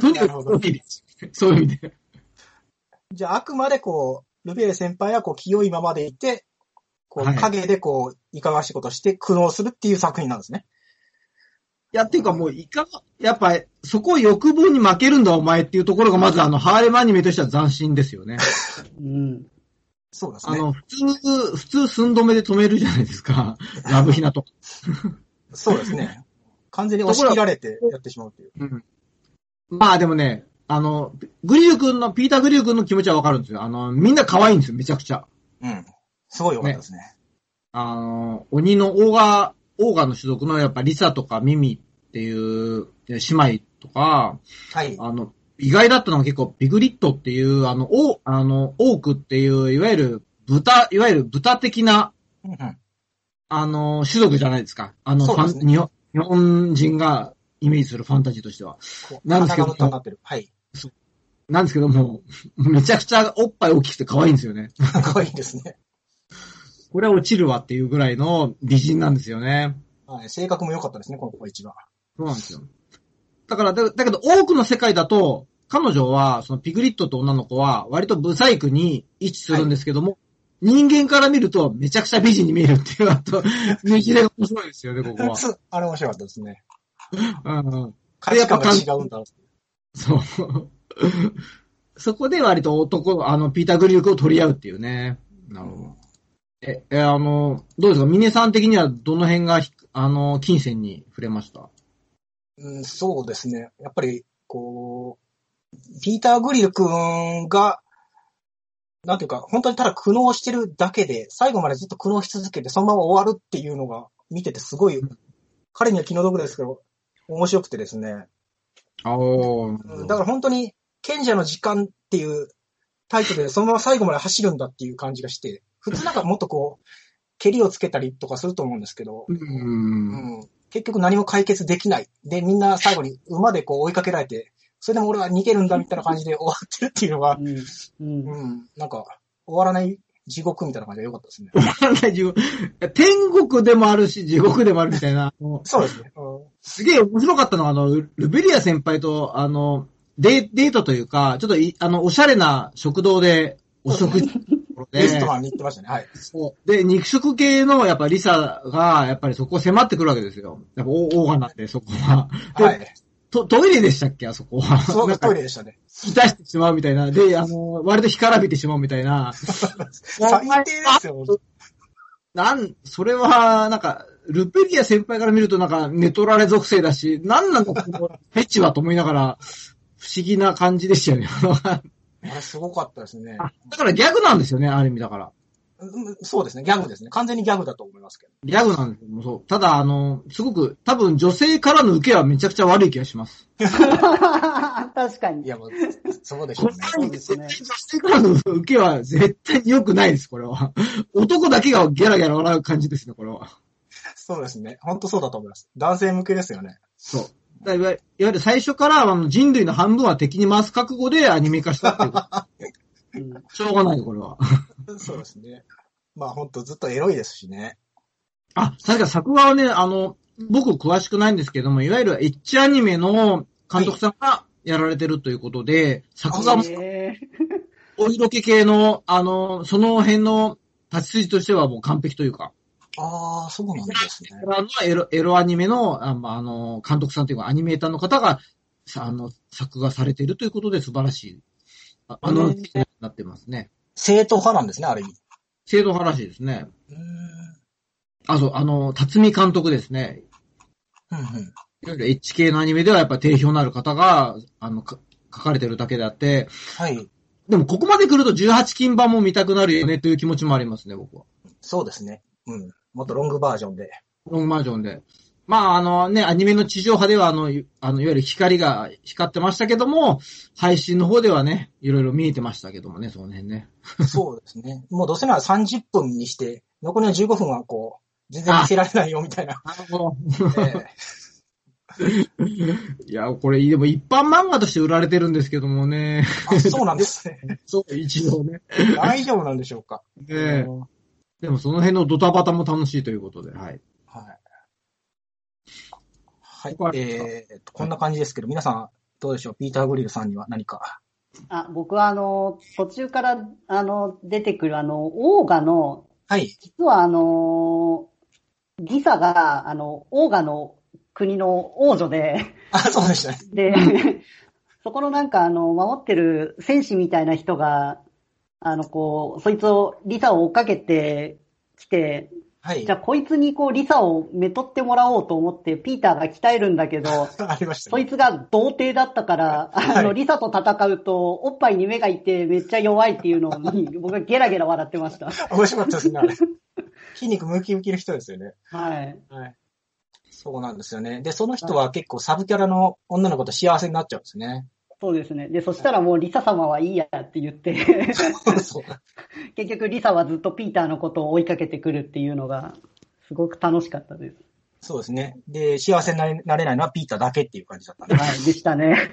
Speaker 2: とにか
Speaker 1: なるほ
Speaker 2: くストー
Speaker 1: ど
Speaker 2: リーです、そういう意味で。
Speaker 1: じゃあ、あくまでこう、ルベール先輩はこう、清いままでいて、こ、
Speaker 2: はいう
Speaker 1: 影でこう、いかがわしいことして苦悩するっていう作品なんですね。
Speaker 2: いや、っていうかもう、いかが、やっぱ、そこを欲望に負けるんだお前っていうところが、まずあの、ハーレムアニメとしては斬新ですよね。
Speaker 3: うん。
Speaker 1: そうです
Speaker 2: あ
Speaker 1: ね。
Speaker 2: の、普通、普通寸止めで止めるじゃないですか。ラブヒナとか。
Speaker 1: そうですね。完全に押し切られてやってしまうっていう。
Speaker 2: まあでもね、あの、グリル君の、ピーター・グリル君の気持ちはわかるんですよ。あの、みんな可愛いんですよ、めちゃくちゃ。
Speaker 1: うん。すごい良かったですね。
Speaker 2: あの、鬼のオーガ、オーガの種族のやっぱリサとかミミっていうえ姉妹とか、
Speaker 1: はい。
Speaker 2: あの、意外だったのが結構ビグリットっていう、あの、オー、あの、オークっていう、いわゆる豚、いわゆる豚的な、
Speaker 1: うんうん
Speaker 2: あの、種族じゃないですか。あの、
Speaker 1: そうですね
Speaker 2: ファン日本日本人がイメージするファンタジーとしては。
Speaker 1: こう
Speaker 2: なんですけど
Speaker 1: 鼻が豚になってる。はい。
Speaker 2: なんですけども、めちゃくちゃおっぱい大きくて可愛いんですよね。
Speaker 1: 可愛いですね。
Speaker 2: これは落ちるわっていうぐらいの美人なんですよね。
Speaker 1: はい。性格も良かったですね、この子が一番。
Speaker 2: そうなんですよ。だから、だだけど多くの世界だと、彼女は、そのピグリットと女の子は、割とブサイクに位置するんですけども、人間から見るとめちゃくちゃ美人に見えるっていう、あと、ねじれが 面白いですよね、ここは。
Speaker 1: そうあれ面白かったですね。
Speaker 2: うんうん、
Speaker 1: 価値観が違うんだろう。
Speaker 2: そう。そこで割と男、あの、ピーター・グリルクを取り合うっていうね。なるほど。え、え、あの、どうですか峰さん的にはどの辺がひ、あの、金銭に触れました
Speaker 1: うん、そうですね。やっぱり、こう、ピーター・グリル君が、なんていうか、本当にただ苦悩してるだけで、最後までずっと苦悩し続けて、そのまま終わるっていうのが、見ててすごい、彼には気の毒ですけど、面白くてですね。
Speaker 2: あ
Speaker 1: うんだ
Speaker 2: あ、
Speaker 1: から本当に、賢者の時間っていうタイトルで、そのまま最後まで走るんだっていう感じがして、普通なんかもっとこう、蹴りをつけたりとかすると思うんですけど、
Speaker 2: うん。
Speaker 1: うん結局何も解決できない。で、みんな最後に馬でこう追いかけられて、それでも俺は逃げるんだみたいな感じで終わってるっていうのが、
Speaker 3: うん。うん。
Speaker 1: うん、なんか、終わらない地獄みたいな感じが良かったですね。
Speaker 2: 地獄 天国でもあるし、地獄でもあるみたいな。あの
Speaker 1: そうですね。うん
Speaker 2: すげえ面白かったのが、あの、ルルベリア先輩と、あの、デデートというか、ちょっとい、あの、おしゃれな食堂で、お食事。
Speaker 1: レストランに行ってましたね。はい。
Speaker 2: そう。で、肉食系の、やっぱリサが、やっぱりそこ迫ってくるわけですよ。やっぱオーオーガなんで、そこは。で
Speaker 1: はい。
Speaker 2: トトイレでしたっけあそこは。
Speaker 1: そ
Speaker 2: なん
Speaker 1: う、
Speaker 2: か
Speaker 1: トイレでしたね。
Speaker 2: 引き出してしまうみたいな。で、あの、割と干からびてしまうみたいな。
Speaker 1: 最低ですよ。
Speaker 2: なん、それは、なんか、ルペリア先輩から見るとなんか、寝取られ属性だし、なんなんだこのフェチはと思いながら、不思議な感じでしたよね。 あ
Speaker 1: あれすごかったですね。
Speaker 2: のだからギャグなんですよね、ある意味だから。
Speaker 1: うんそうですね。ギャグですね。完全にギャグだと思いますけど。
Speaker 2: ギャグなんですけども、そう。ただ、あの、すごく、多分女性からの受けはめちゃくちゃ悪い気がします。
Speaker 3: 確か
Speaker 1: い
Speaker 3: に。
Speaker 1: や、もう、そうでしょ
Speaker 2: こ
Speaker 1: う
Speaker 2: れ
Speaker 1: ね。
Speaker 3: そうですね
Speaker 2: 絶対女性からの受けは絶対に良くないです、これは。男だけがギャラギャラ笑う感じですね、これは。
Speaker 1: そうですね。本当そうだと思います。男性向けですよね。
Speaker 2: そう。だからいわゆるいわゆる最初からあの人類の半分は敵に回す覚悟でアニメ化したっていうこと。
Speaker 3: うん
Speaker 2: しょうがない、これは。
Speaker 1: そうですね。まあ本当ずっとエロいですしね。
Speaker 2: あ、確か作画はね、あの、僕詳しくないんですけども、いわゆるエッチアニメの監督さんがやられてるということで、作画も
Speaker 3: へえ
Speaker 2: お色気系の、あの、その辺の立ち筋としてはもう完璧というか、
Speaker 1: ああ、そうなんですね。
Speaker 2: これはあのエロエロアニメの、あまああの、監督さんというか、アニメーターの方が、さあの、作画されているということで素晴らしい、ああの、
Speaker 1: う
Speaker 2: に
Speaker 1: ん
Speaker 2: なってますね。
Speaker 1: 正統派なんですね、ある意味。
Speaker 2: 制度話ですね。
Speaker 1: うーん。
Speaker 2: あと、あの、辰巳監督ですね。
Speaker 1: うんうん。
Speaker 2: いわゆる HK のアニメではやっぱ定評のある方が、あの、か書かれてるだけであって、
Speaker 1: はい。
Speaker 2: でもここまで来ると18金版も見たくなるよねという気持ちもありますね、僕は。
Speaker 1: そうですね。うん。もっとロングバージョンで。
Speaker 2: ロングマージョンで。まあ、あのね、アニメの地上波では、あの、いあのいわゆる光が光ってましたけども、配信の方ではね、いろいろ見えてましたけどもね、その辺ね。
Speaker 1: そうですね。もうどうせなら30分にして、残りの15分はこう、全然見せられないよみたいな。
Speaker 2: なるほ
Speaker 1: ええ
Speaker 2: ど。いや、これ、でも一般漫画として売られてるんですけどもね。
Speaker 1: あそうなんです ね。
Speaker 2: そう、一度ね。
Speaker 1: 大丈夫なんでしょうか。
Speaker 2: ねでもその辺のドタバタも楽しいということで、はい。
Speaker 1: はい。
Speaker 2: ここあ
Speaker 1: はい。
Speaker 2: るんですか
Speaker 1: えーと、こんな感じですけど、皆さん、どうでしょうピーター・グリルさんには何か。
Speaker 3: あ、僕はあの、途中からあの、出てくるあの、オーガの、
Speaker 1: はい。
Speaker 3: 実はあの、ギサが、あの、オーガの国の王女で、
Speaker 1: あ、そうでしたね。
Speaker 3: で、そこのなんかあの、守ってる戦士みたいな人が、あの、こう、そいつを、リサを追っかけてきて、
Speaker 1: はい
Speaker 3: じゃ。あこいつにこう、リサをめとってもらおうと思って、ピーターが鍛えるんだけど、
Speaker 1: ありました
Speaker 3: そい
Speaker 1: ね。
Speaker 3: つが童貞だったから、あ
Speaker 1: は
Speaker 3: の、
Speaker 1: い
Speaker 3: リサと戦うと、おっぱいに目がいてめっちゃ弱いっていうのに、僕はゲラゲラ笑ってました。
Speaker 1: 面白かったですね、あれ。 筋肉ムキムキの人ですよね。
Speaker 3: はい。
Speaker 1: はい。そうなんですよね。で、その人は結構サブキャラの女の子と幸せになっちゃうんです ね。
Speaker 3: そうですね。で、そしたらもうリサ様はいいやって言って、
Speaker 1: そう。
Speaker 3: 結局リサはずっとピーターのことを追いかけてくるっていうのが、すごく楽しかったです。
Speaker 1: そうですね。で、幸せになれなれないのはピーターだけっていう感じだったんで。
Speaker 3: はい、でしたね。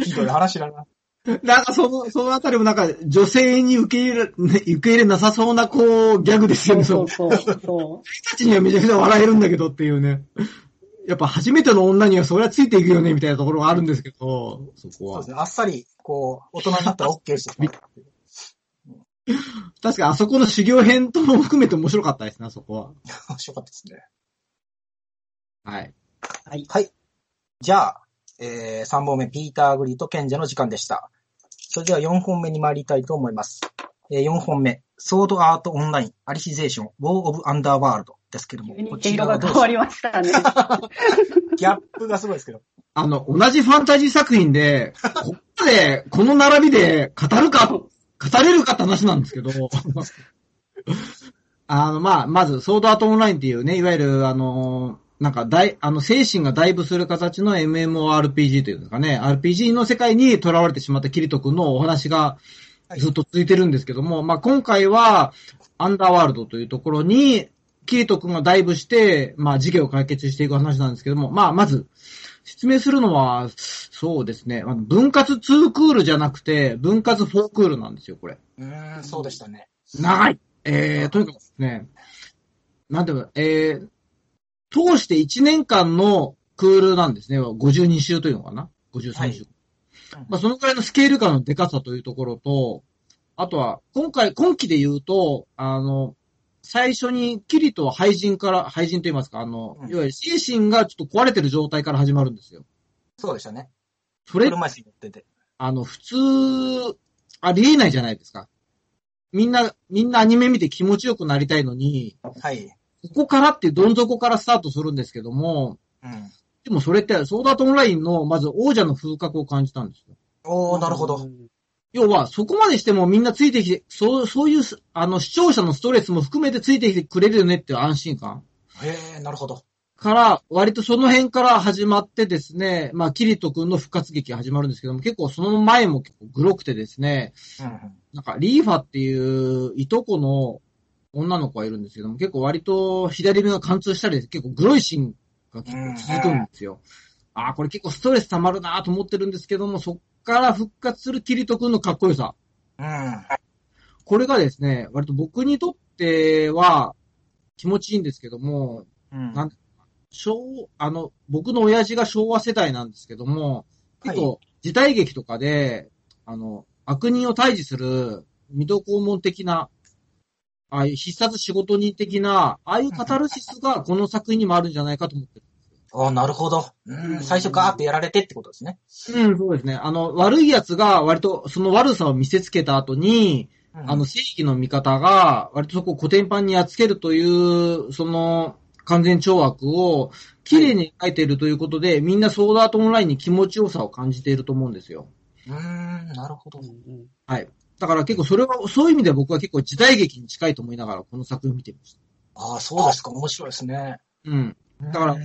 Speaker 1: ひどい話だな。
Speaker 2: なんかその、そのあたりもなんか、女性に受け入れ、ね受け入れなさそうな、こう、ギャグですよ
Speaker 3: そ
Speaker 2: ね。
Speaker 3: う
Speaker 2: そ
Speaker 3: そううそう。そ
Speaker 2: 俺たちにはめちゃくちゃ笑えるんだけどっていうね。やっぱ初めての女にはそりゃついていくよね、みたいなところがあるんですけど、そこ
Speaker 1: そうで
Speaker 2: は
Speaker 1: す。ね。あっさり、こう、大人になったら OK してしまったっていう
Speaker 2: 確かあそこの修行編とも含めて面白かったですね、あそこは。
Speaker 1: 面白かったですね。
Speaker 2: はい。
Speaker 1: はい。じゃあ、えー、3本目、ピーター・グリーと賢者の時間でした。それでは4本目に参りたいと思います。えー、4本目、ソードアート・オンライン、アリシゼーション、ウォー・オブ・アンダーワールドですけども
Speaker 3: う。急、に
Speaker 1: こ
Speaker 3: 毛
Speaker 1: ちら
Speaker 3: 色
Speaker 1: は
Speaker 3: が
Speaker 1: どうで
Speaker 3: 変
Speaker 1: しょ
Speaker 3: わ
Speaker 1: う
Speaker 3: りまし たね。
Speaker 1: ギャップがすごいですけど。
Speaker 2: あの、同じファンタジー作 品で、ここまで、この並びで語るか、語れるかって話なんですけど、 あの、まあ、まず、ソードアートオンラインっていうね、いわゆる、あの、なんか、大、あの、精神がダイブする形の MMORPG というんですかね、RPG の世界に囚われてしまったキリト君のお話が
Speaker 1: はい
Speaker 2: ずっと続いてるんですけども、まあ、今回は、アンダーワールドというところに、キリト君がダイブして、まあ、事業を解決していく話なんですけども、まあ、まず、説明するのは、そうですね、あの分割2クールじゃなくて、分割4クールなんですよ、これ。
Speaker 1: うーん、そうでしたね。
Speaker 2: 長い。えー、とにかくですね、なんていうか、えー、通して1年間のクールなんですね。52週というのかな ?53 週。
Speaker 1: はい
Speaker 2: まあ、そのくらいのスケール感のデカさというところと、あとは、今回、今期で言うと、あの、最初にキリトは廃人から、廃人と言いますか、あの、
Speaker 1: うん
Speaker 2: いわゆる精神がちょっと壊れてる状態から始まるんですよ。
Speaker 1: そうでしたね。
Speaker 2: それ、
Speaker 1: 車椅子に乗ってて。
Speaker 2: あの、普通、ありえないじゃないですか。みんな、みんなアニメ見て気持ちよくなりたいのに、
Speaker 1: はい。
Speaker 2: ここからってどん底からスタートするんですけども、
Speaker 1: うん。
Speaker 2: でもそれってソードアートオンラインの、まず王者の風格を感じたんですよ。
Speaker 1: おー、なるほど。。
Speaker 2: 要は、そこまでしてもみんなついてきて、そう、そういうす、あの、視聴者のストレスも含めてついてきてくれるよねっていう安心感
Speaker 1: へー、なるほど。
Speaker 2: から、割とその辺から始まってですね、まあ、キリト君の復活劇が始まるんですけども、結構その前も結構グロくてですね、
Speaker 1: うんうん。
Speaker 2: なんか、リーファっていう、いとこの女の子がいるんですけども、結構割と左目が貫通したり、結構グロいシーンが結構続くんですよ。ああ、これ結構ストレス溜まるなと思ってるんですけども、そっから復活するキリト君のかっこよさ。
Speaker 1: うん。
Speaker 2: これがですね、割と僕にとっては気持ちいいんですけども、
Speaker 1: うん
Speaker 2: なん昭、あの、僕の親父が昭和世代なんですけども、結構、時代劇とかで、あの、悪人を退治する、水戸黄門的な、ああいう必殺仕事人的な、ああいうカタルシスがこの作品にもあるんじゃないかと思ってる。
Speaker 1: ああ、なるほど。うん、最初ガーってやられてってことですね。
Speaker 2: うん、そうですね。あの、悪い奴が割とその悪さを見せつけた後に、
Speaker 1: うん
Speaker 2: あの、正義の味方が、割とそこを古典版にやっつけるという、その、完全懲悪を、綺麗に描いているということで、みんなソードアートオンラインに気持ちよさを感じていると思うんですよ。
Speaker 1: うーん、なるほど
Speaker 3: う。ん
Speaker 2: はい。だから結構それは、そういう意味では僕は結構時代劇に近いと思いながら、この作品を見てました。
Speaker 1: ああ、そうですか。面白いですね。
Speaker 2: うん。
Speaker 1: だ
Speaker 2: から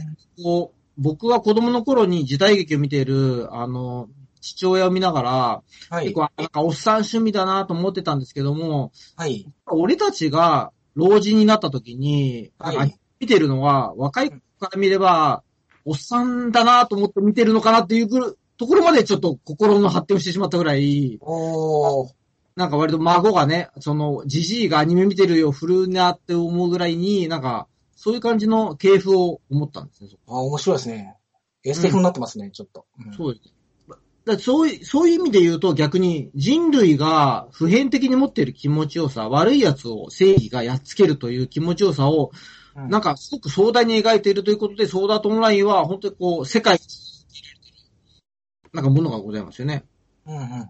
Speaker 2: こう、僕は子供の頃に時代劇を見ている、あの、父親を見ながら、
Speaker 1: は
Speaker 2: 結
Speaker 1: い。
Speaker 2: 構あなんかおっさん趣味だなと思ってたんですけども、
Speaker 1: はい。
Speaker 2: 俺たちが老人になった時に、
Speaker 1: はい
Speaker 2: なんか見てるのは若い子から見れば、おっさんだなと思って見てるのかなっていうぐるところまでちょっと心の発展をしてしまったぐらい、
Speaker 1: おー。
Speaker 2: なんか割と孫がね、その、じじいがアニメ見てるよ、古いなって思うぐらいに、なんか、そういう感じの系譜を思ったんですね。
Speaker 1: ああ、面白いですね。SF になってますね、ちょっと。うん
Speaker 2: そうです。だそういう、そういう意味で言うと逆に人類が普遍的に持っている気持ちよさ、悪い奴を正義がやっつけるという気持ちよさを、
Speaker 1: うん
Speaker 2: なんかすごく壮大に描いているということで、ソーダートオンラインは本当にこう、世界になんかものがございますよね。
Speaker 1: うんうんうんうん。
Speaker 2: っ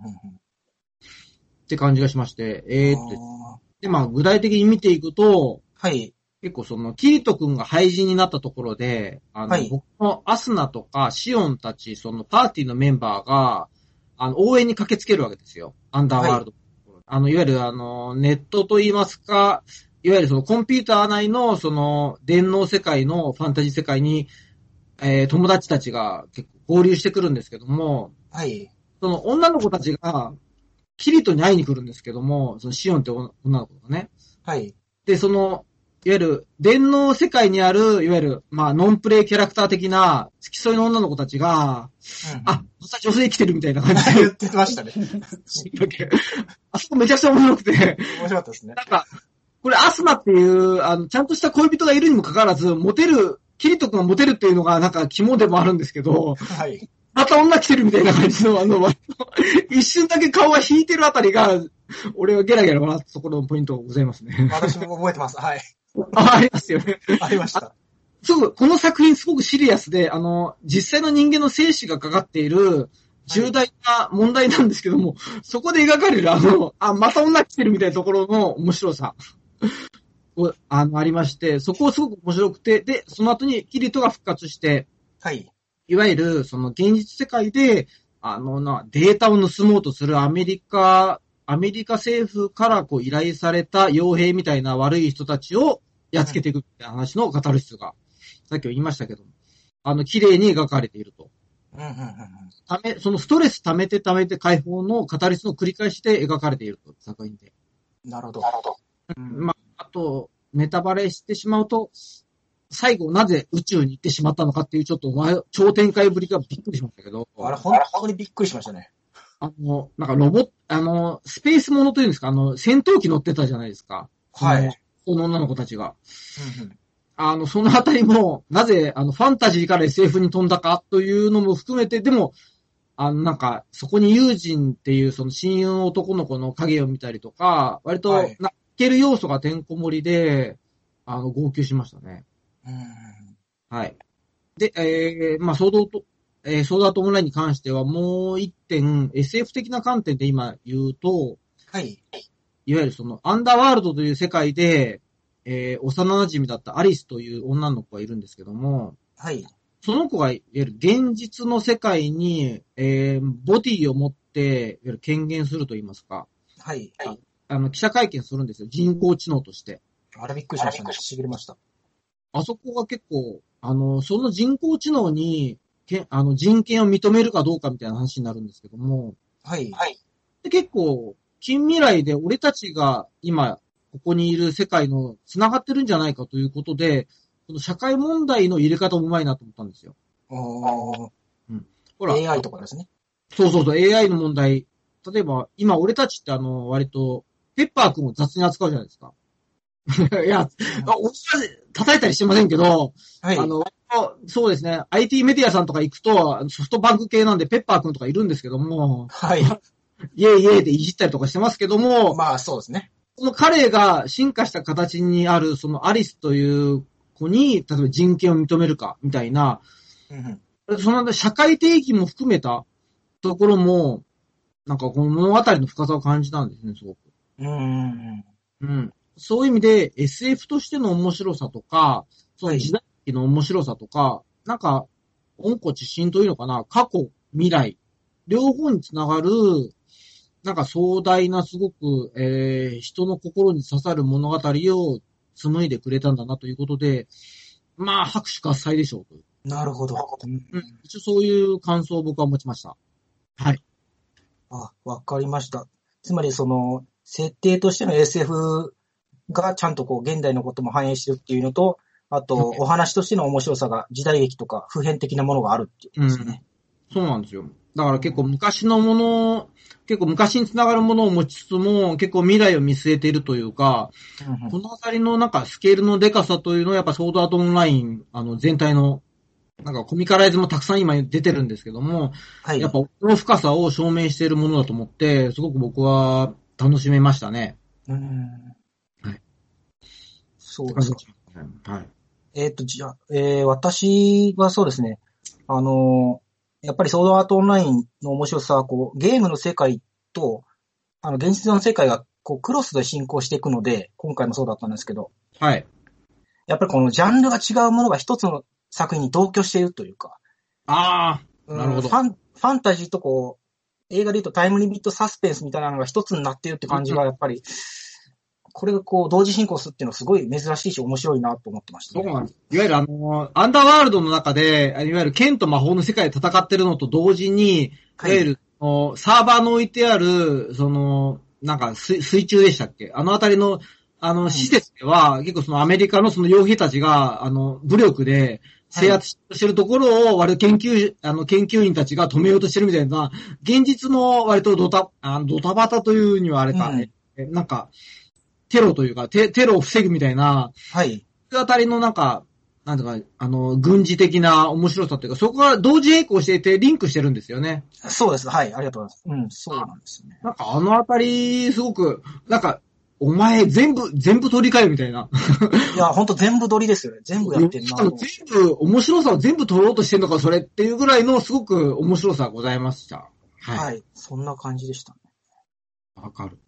Speaker 2: て感じがしまして、えー、って。
Speaker 1: あー
Speaker 2: で、まあ具体的に見ていくと、
Speaker 1: はい。
Speaker 2: 結構その、キリト君が廃人になったところで、あの、
Speaker 1: はい
Speaker 2: 僕のアスナとかシオンたち、そのパーティーのメンバーが、あの、応援に駆けつけるわけですよ。アンダーワールド。あの、いわゆるあの、ネットといいますか、いわゆるそのコンピューター内の、その、電脳世界のファンタジー世界に、えー友達たちが結構合流してくるんですけども、
Speaker 1: はい。
Speaker 2: その女の子たちが、キリトに会いに来るんですけども、そのシオンって女の子がね。
Speaker 1: はい。
Speaker 2: で、その、いわゆる、電脳世界にある、いわゆる、まあ、ノンプレイキャラクター的な、付き添いの女の子たちが、
Speaker 1: うん
Speaker 2: あ、また女性来てるみたいな感じ
Speaker 1: 言ってましたね。
Speaker 2: で、あそこめちゃくちゃ面白く
Speaker 1: 面
Speaker 2: て、
Speaker 1: 白かったですね。
Speaker 2: なんか、これアスマっていう、あの、ちゃんとした恋人がいるにもかかわらず、モテる、キリト君がモテるっていうのが、なんか肝でもあるんですけど、
Speaker 1: はい。
Speaker 2: また女来てるみたいな感じの、あの、 割と一瞬だけ顔が引いてるあたりが、俺はゲラゲラ笑ったところのポイントがございま すね。
Speaker 1: 私も覚えてます。 はい。
Speaker 2: あ、ありますよね。
Speaker 1: ありました。
Speaker 2: すごく、この作品すごくシリアスで、あの、実際の人間の生死がかかっている重大な問題なんですけども、そこで描かれる、あの、あ、また女来てるみたいなところの面白さ。おあの、ありまして、そこをすごく面白くて、で、その後にキリトが復活して、
Speaker 1: はい。
Speaker 2: いわゆる、その現実世界で、あの、な、データを盗もうとするアメリカ、アメリカ政府からこう依頼された傭兵みたいな悪い人たちをやっつけていくって話のカタルシスが、さっきも言いましたけども、あの、綺麗に描かれていると。
Speaker 1: うんうんうんうん。
Speaker 2: ため、そのストレス溜めて溜めて解放のカタルシスの繰り返しで描かれていると、作品で。
Speaker 1: なるほど。うん
Speaker 2: まあ、あと、ネタバレしてしまうと、最後なぜ宇宙に行ってしまったのかっていうちょっとわ超展開ぶりがびっくりしましたけど。
Speaker 1: あれ、本当にびっくりしましたね。
Speaker 2: あの、なんかロボット、あの、スペースものというんですか、あの、戦闘機乗ってたじゃないですか。
Speaker 1: はい。
Speaker 2: あの。この女の子たちが。
Speaker 1: うんうん
Speaker 2: あの、そのあたりも、なぜ、あの、ファンタジーから SF に飛んだかというのも含めて、でも、あの、なんか、そこに友人っていう、その親友の男の子の影を見たりとか、割と、
Speaker 1: はい
Speaker 2: 泣ける要素がてんこ盛りで、あの、号泣しましたね。
Speaker 1: うんうん
Speaker 2: はい。で、えー、まあ、ソードと、えー、ソードアートオンラインに関しては、もう一点、SF 的な観点で今言うと、
Speaker 1: はい。
Speaker 2: いわゆるその、アンダーワールドという世界で、えー、幼馴染だったアリスという女の子がいるんですけども、
Speaker 1: はい。
Speaker 2: その子がいわゆる現実の世界に、えー、ボディを持って、いわゆる権限すると言いますか、
Speaker 1: はい。
Speaker 2: あの、記者会見するんですよ。人工知能として。
Speaker 1: あれびっくりしましたね。しびれました。
Speaker 2: あそこが結構、あの、その人工知能に、けあの人権を認めるかどうかみたいな話になるんですけども、
Speaker 1: はい。
Speaker 2: で結構、近未来で俺たちが今、ここにいる世界の繋がってるんじゃないかということで、この社会問題の入れ方もうまいなと思ったんですよ。
Speaker 1: おー
Speaker 2: ほら、
Speaker 1: AI とかですね。
Speaker 2: そうそうそう、AI の問題。例えば、今俺たちってあの、割と、ペッパー君を雑に扱うじゃないですか。 いや、あ俺は叩いたりしてませんけど、
Speaker 1: はい。
Speaker 2: あの、そうですね、IT メディアさんとか行くと、ソフトバンク系なんでペッパー君とかいるんですけども、
Speaker 1: はい。
Speaker 2: イエイイエイでいじったりとかしてますけども、
Speaker 1: まあそうですね。
Speaker 2: その彼が進化した形にある、そのアリスという子に、例えば人権を認めるか、みたいな、
Speaker 1: うんうん。
Speaker 2: その社会定義も含めたところも、なんかこの物語の深さを感じたんですね、すごく。
Speaker 1: うんうんうん。
Speaker 2: うん。そういう意味で SF としての面白さとか、その時代劇の面白さとか、なんか、温故知新というのかな、過去、未来、両方につながる、なんか壮大なすごく、えー、人の心に刺さる物語を紡いでくれたんだなということで、まあ、拍手喝采でしょうという。
Speaker 1: なるほど。うん
Speaker 2: うん。一応そういう感想を僕は持ちました。はい。
Speaker 1: あ、わかりました。つまりその、設定としての SF がちゃんとこう、現代のことも反映してるっていうのと、あと、お話としての面白さが時代劇とか普遍的なものがあるっていうことですね。
Speaker 2: そうなんですよ。だから結構昔のもの、結構昔につながるものを持ちつつも、結構未来を見据えているというか、
Speaker 1: うんう
Speaker 2: こ
Speaker 1: ん
Speaker 2: のあたりのなんかスケールのデカさというのはやっぱソードアートオンライン、あの全体の、なんかコミカライズもたくさん今出てるんですけども、
Speaker 1: はい。
Speaker 2: やっぱこの深さを証明しているものだと思って、すごく僕は楽しめましたね。
Speaker 1: うん
Speaker 2: はい。
Speaker 1: そうですか。
Speaker 2: はい。
Speaker 1: えっ、と、じゃあ、えー私はそうですね、あのーやっぱりソードアートオンラインの面白さは、こう、ゲームの世界と、あの、現実の世界が、こう、クロスで進行していくので、今回もそうだったんですけど、
Speaker 2: はい。
Speaker 1: やっぱりこのジャンルが違うものが一つの作品に同居しているというか、
Speaker 2: あ
Speaker 1: うん
Speaker 2: なるほど
Speaker 1: ファン、ファンタジーとこう、映画で言うとタイムリミットサスペンスみたいなのが一つになっているって感じがやっぱり、これがこう同時進行するっていうのはすごい珍しいし面白いなと思ってまし
Speaker 2: ー、
Speaker 1: た、
Speaker 2: そうなんです。いわゆるあの、アンダーワールドの中で、いわゆる剣と魔法の世界で戦ってるのと同時に、
Speaker 1: はい
Speaker 2: いわゆる、あのサーバーの置いてある、その、なんか水水中でしたっけあのあたりの、あの、
Speaker 1: い
Speaker 2: 施設では、結構そのアメリカのその傭兵たちが、あの、武力で制圧してるところを、割と研究、あの、研究員たちが止めようとしてるみたいな、現実の割とドタ、あのドタバタというにはあれか、
Speaker 1: うん
Speaker 2: えなんか、テロというか、テテロを防ぐみたいな、
Speaker 1: はい。
Speaker 2: あたりのなんか、なんとか、あの、軍事的な面白さというか、そこが同時並行していて、リンクしてるんですよね。
Speaker 1: そうです。はい。ありがとうございます。うん、そうなんですよね。
Speaker 2: なんかあのあたり、すごく、なんか、お前全部、全部取り替えるみたいな。
Speaker 1: いや、ほんと全部撮りですよね。全部やってんなと思って。
Speaker 2: 全部、面白さを全部取ろうとしてんのか、それっていうぐらいのすごく面白さがございました。は。
Speaker 1: はいい。そんな感じでしたね。
Speaker 2: わ、かる。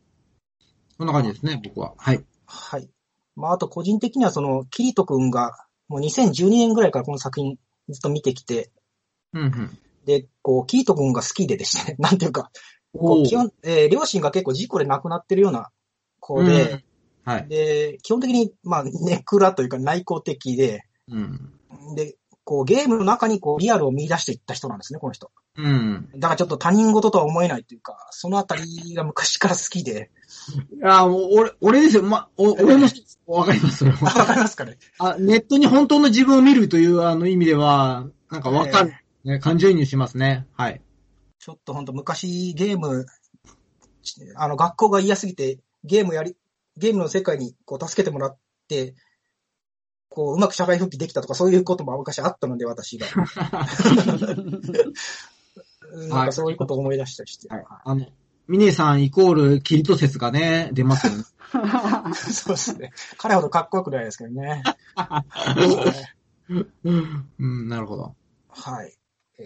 Speaker 2: こんな感じですね、僕は。はい。
Speaker 1: はい。まあ、あと個人的にはその、キリト君が、もう2012年ぐらいからこの作品ずっと見てきて、
Speaker 2: うんうん。
Speaker 1: で、こう、キリト君が好きでですね、なんて いうか、こ
Speaker 2: お
Speaker 1: う
Speaker 2: ー
Speaker 1: 基本、えー両親が結構事故で亡くなってるような子で、
Speaker 2: うんはい。
Speaker 1: で、基本的に、まあ、ネクラというか内向的で、
Speaker 2: うん。
Speaker 1: で、こう、ゲームの中にこう、リアルを見出していった人なんですね、この人。
Speaker 2: うん。
Speaker 1: だからちょっと他人事とは思えないというか、そのあたりが昔から好きで。
Speaker 2: いや、もう俺、俺ですよ。ま、お俺も、わかり ます、それ
Speaker 1: あ
Speaker 2: は。
Speaker 1: わかりますかね
Speaker 2: あ、ネットに本当の自分を見るというあの意味では、なんかわかる、ね。感情移入しますね。はい。
Speaker 1: ちょっとほんと昔ゲーム、あの学校が嫌すぎて、ゲームやり、ゲームの世界にこう助けてもらって、こううまく社会復帰できたとかそういうことも昔あったので私 が。なんかそういうことを思い出したりして。
Speaker 2: はい。あの、ミネさんイコールキリト説がね、出ますよね。
Speaker 1: そうですね。彼ほどかっこよくないですけど ね。
Speaker 2: うん、なるほど。
Speaker 1: はい。えー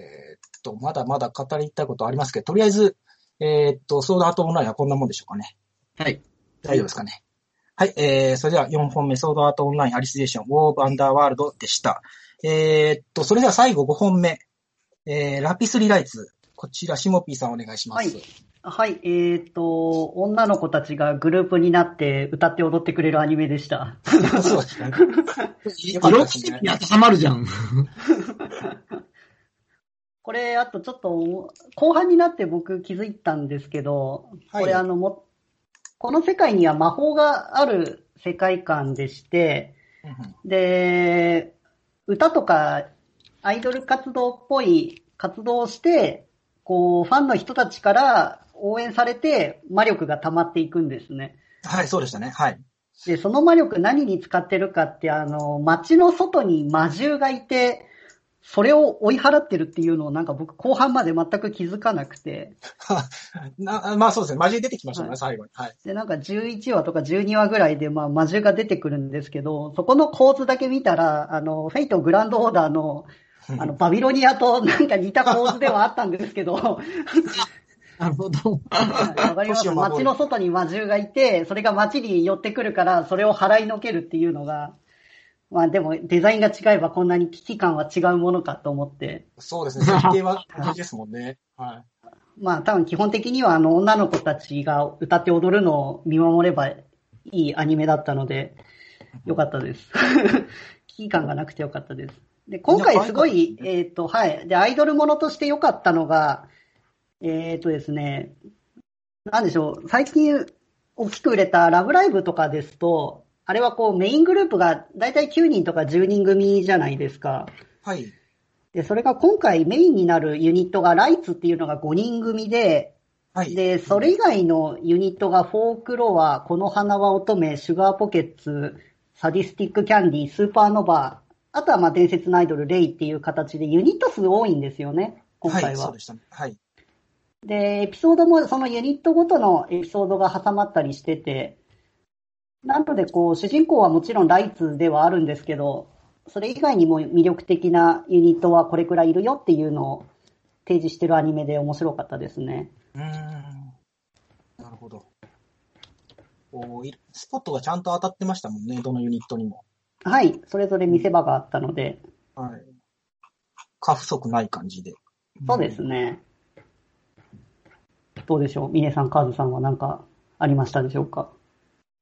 Speaker 1: っと、まだまだ語りたいことありますけど、とりあえず、えーっと、ソードアートオンラインはこんなもんでしょうかね。
Speaker 2: はい。
Speaker 1: 大丈夫ですかね。はい、えー、それでは4本目、ソードアートオンラインアリスデーション、ウォーブアンダーワールドでした。えーっと、それでは最後5本目、えー、ラピスリライツ。こちら、シモピーさんお願いしま
Speaker 3: はい
Speaker 1: す。。
Speaker 3: はい、えーっ、と、女の子たちがグループになって歌って踊ってくれるアニメでした。
Speaker 1: そうです ね。
Speaker 2: い
Speaker 1: よかった
Speaker 2: 色
Speaker 1: で
Speaker 2: 気
Speaker 1: す
Speaker 2: 的
Speaker 1: ね
Speaker 2: に当てはまるじゃん。
Speaker 3: これ、あとちょっと、後半になって僕気づいたんですけど、
Speaker 1: はい
Speaker 3: これあの、も、この世界には魔法がある世界観でして、
Speaker 1: うん
Speaker 3: で、歌とかアイドル活動っぽい活動をして、こう、ファンの人たちから応援されて魔力が溜まっていくんですね。
Speaker 1: はい、そうでしたね。はい。
Speaker 3: で、その魔力何に使ってるかって、あの、街の外に魔獣がいて、それを追い払ってるっていうのをなんか僕後半まで全く気づかなくて、
Speaker 1: なまあそうですね。魔獣出てきましたもんね、
Speaker 3: はい
Speaker 1: 最後に。はい。
Speaker 3: で、なんか11話とか12話ぐらいで、まあ、魔獣が出てくるんですけど、そこの構図だけ見たら、あの、フェイトグランドオーダーの、あの、バビロニアとなんか似た構図ではあったんですけど、
Speaker 2: なるほど。
Speaker 3: はいわかります。
Speaker 1: 都市を守る
Speaker 3: 街の外に魔獣がいて、それが街に寄ってくるから、それを払いのけるっていうのが、まあでも、デザインが違えばこんなに危機感は違うものかと思って、
Speaker 1: そうですね。設定は同じですもんね。はい。
Speaker 3: まあ多分基本的にはあの女の子たちが歌って踊るのを見守ればいいアニメだったので、よかったです。 危機感がなくてよかったです。で、今
Speaker 1: いや
Speaker 3: 回すご
Speaker 1: 可愛
Speaker 3: い
Speaker 1: か、った
Speaker 3: えっ、と、はい。で、アイドルものとして良かったのが、えっ、とですね、なんでしょう、最近大きく売れたラブライブとかですと、あれはこうメイングループがだいたい9人とか10人組じゃないですか。
Speaker 1: はい。
Speaker 3: で、それが今回メインになるユニットがライツっていうのが5人組で、
Speaker 1: はい。
Speaker 3: で、それ以外のユニットがフォークロア、この花は乙女、シュガーポケッツ、サディスティックキャンディー、スーパーノバー、あとはまあ伝説のアイドル、レイっていう形でユニット数多いんですよね、今
Speaker 1: は
Speaker 3: 回
Speaker 1: い、
Speaker 3: は。
Speaker 1: そうでしたね。はい。
Speaker 3: で、エピソードもそのユニットごとのエピソードが挟まったりしてて、なのでこう、主人公はもちろんライツではあるんですけど、それ以外にも魅力的なユニットはこれくらいいるよっていうのを提示してるアニメで面白かったですね。
Speaker 1: うーん。なるほど。おーいスポットがちゃんと当たってましたもんね、どのユニットにも。
Speaker 3: はい、それぞれ見せ場があったので、
Speaker 1: はい。過不足ない感じで。
Speaker 3: そうですね。どうでしょう峰さん、カズさんは何かありましたでしょうか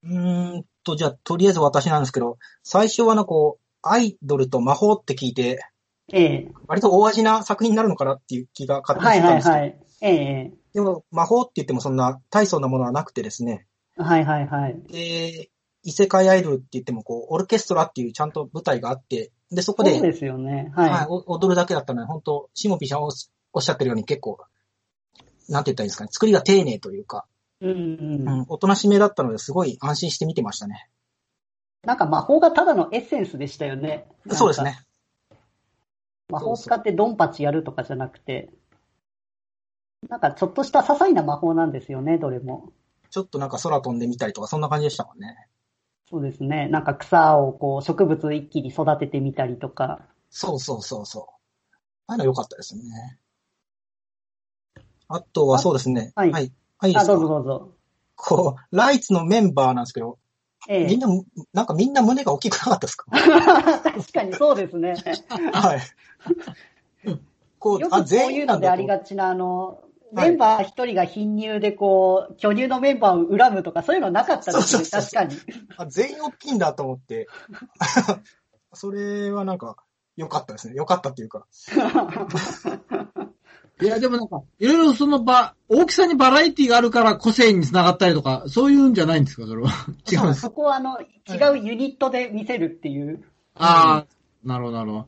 Speaker 1: うーんと、じゃあ、とりあえず私なんですけど、最初はなんかこう、アイドルと魔法って聞いて、
Speaker 3: ええ。
Speaker 1: 割と大味な作品になるのかなっていう気が勝手に
Speaker 3: は
Speaker 1: して
Speaker 3: い
Speaker 1: たん
Speaker 3: はい
Speaker 1: ですけど、
Speaker 3: はい。ええ。
Speaker 1: でも魔法って言ってもそんな大層なものはなくてですね、
Speaker 3: はいはいはい。
Speaker 1: で、異世界アイドルって言ってもこう、オルケストラっていうちゃんと舞台があって、で、そこで、
Speaker 3: そうですよね。
Speaker 1: は
Speaker 3: はい
Speaker 1: い。お踊るだけだったので、本当シモピーさんおっおっしゃってるように結構、なんて言ったらいいんですかね、作りが丁寧というか、
Speaker 3: うん
Speaker 1: うん、おとなしめだったので、すごい安心して見てましたね。
Speaker 3: なんか魔法がただのエッセンスでしたよね。
Speaker 1: そうですね。
Speaker 3: なんか。魔法を使ってドンパチやるとかじゃなくて、なんかちょっとした些細な魔法なんですよね、どれも。
Speaker 1: ちょっとなんか空飛んでみたりとか、そんな感じでしたもんね。
Speaker 3: そうですね。なんか草をこう植物一気に育ててみたりとか。
Speaker 1: そうそうそうそう。ああいうの良かったですよね。あとはそうですね。
Speaker 3: はい
Speaker 1: はい。はい、いいで
Speaker 3: あ、
Speaker 1: すか
Speaker 3: どうぞどうぞ。
Speaker 1: こう、ライツのメンバーなんですけど、
Speaker 3: え
Speaker 1: み
Speaker 3: え
Speaker 1: ん。な、なんかみんな胸が大きくなかった ですか
Speaker 3: 確かにそうですね。
Speaker 1: はい。こ
Speaker 3: よく
Speaker 1: あ、
Speaker 3: こういうのであり
Speaker 1: と
Speaker 3: がちな、あの、
Speaker 1: はい
Speaker 3: メンバー一人が貧乳でこう、巨乳のメンバーを恨むとか、そういうのなかったです
Speaker 1: そ
Speaker 3: ね、
Speaker 1: うそう
Speaker 3: 確
Speaker 1: そ
Speaker 3: かに。
Speaker 1: あ、全員大きいんだと思って。 それはなんか、良かったですね。良かったっていうか。
Speaker 2: いや、でもなんか、いろいろそのば、大きさにバラエティがあるから個性につながったりとか、そういうんじゃないんですか、それは。違うんですか。
Speaker 3: そこはあの、違うユニットで見せるっていう。
Speaker 2: ああ、なるほど、なるほど。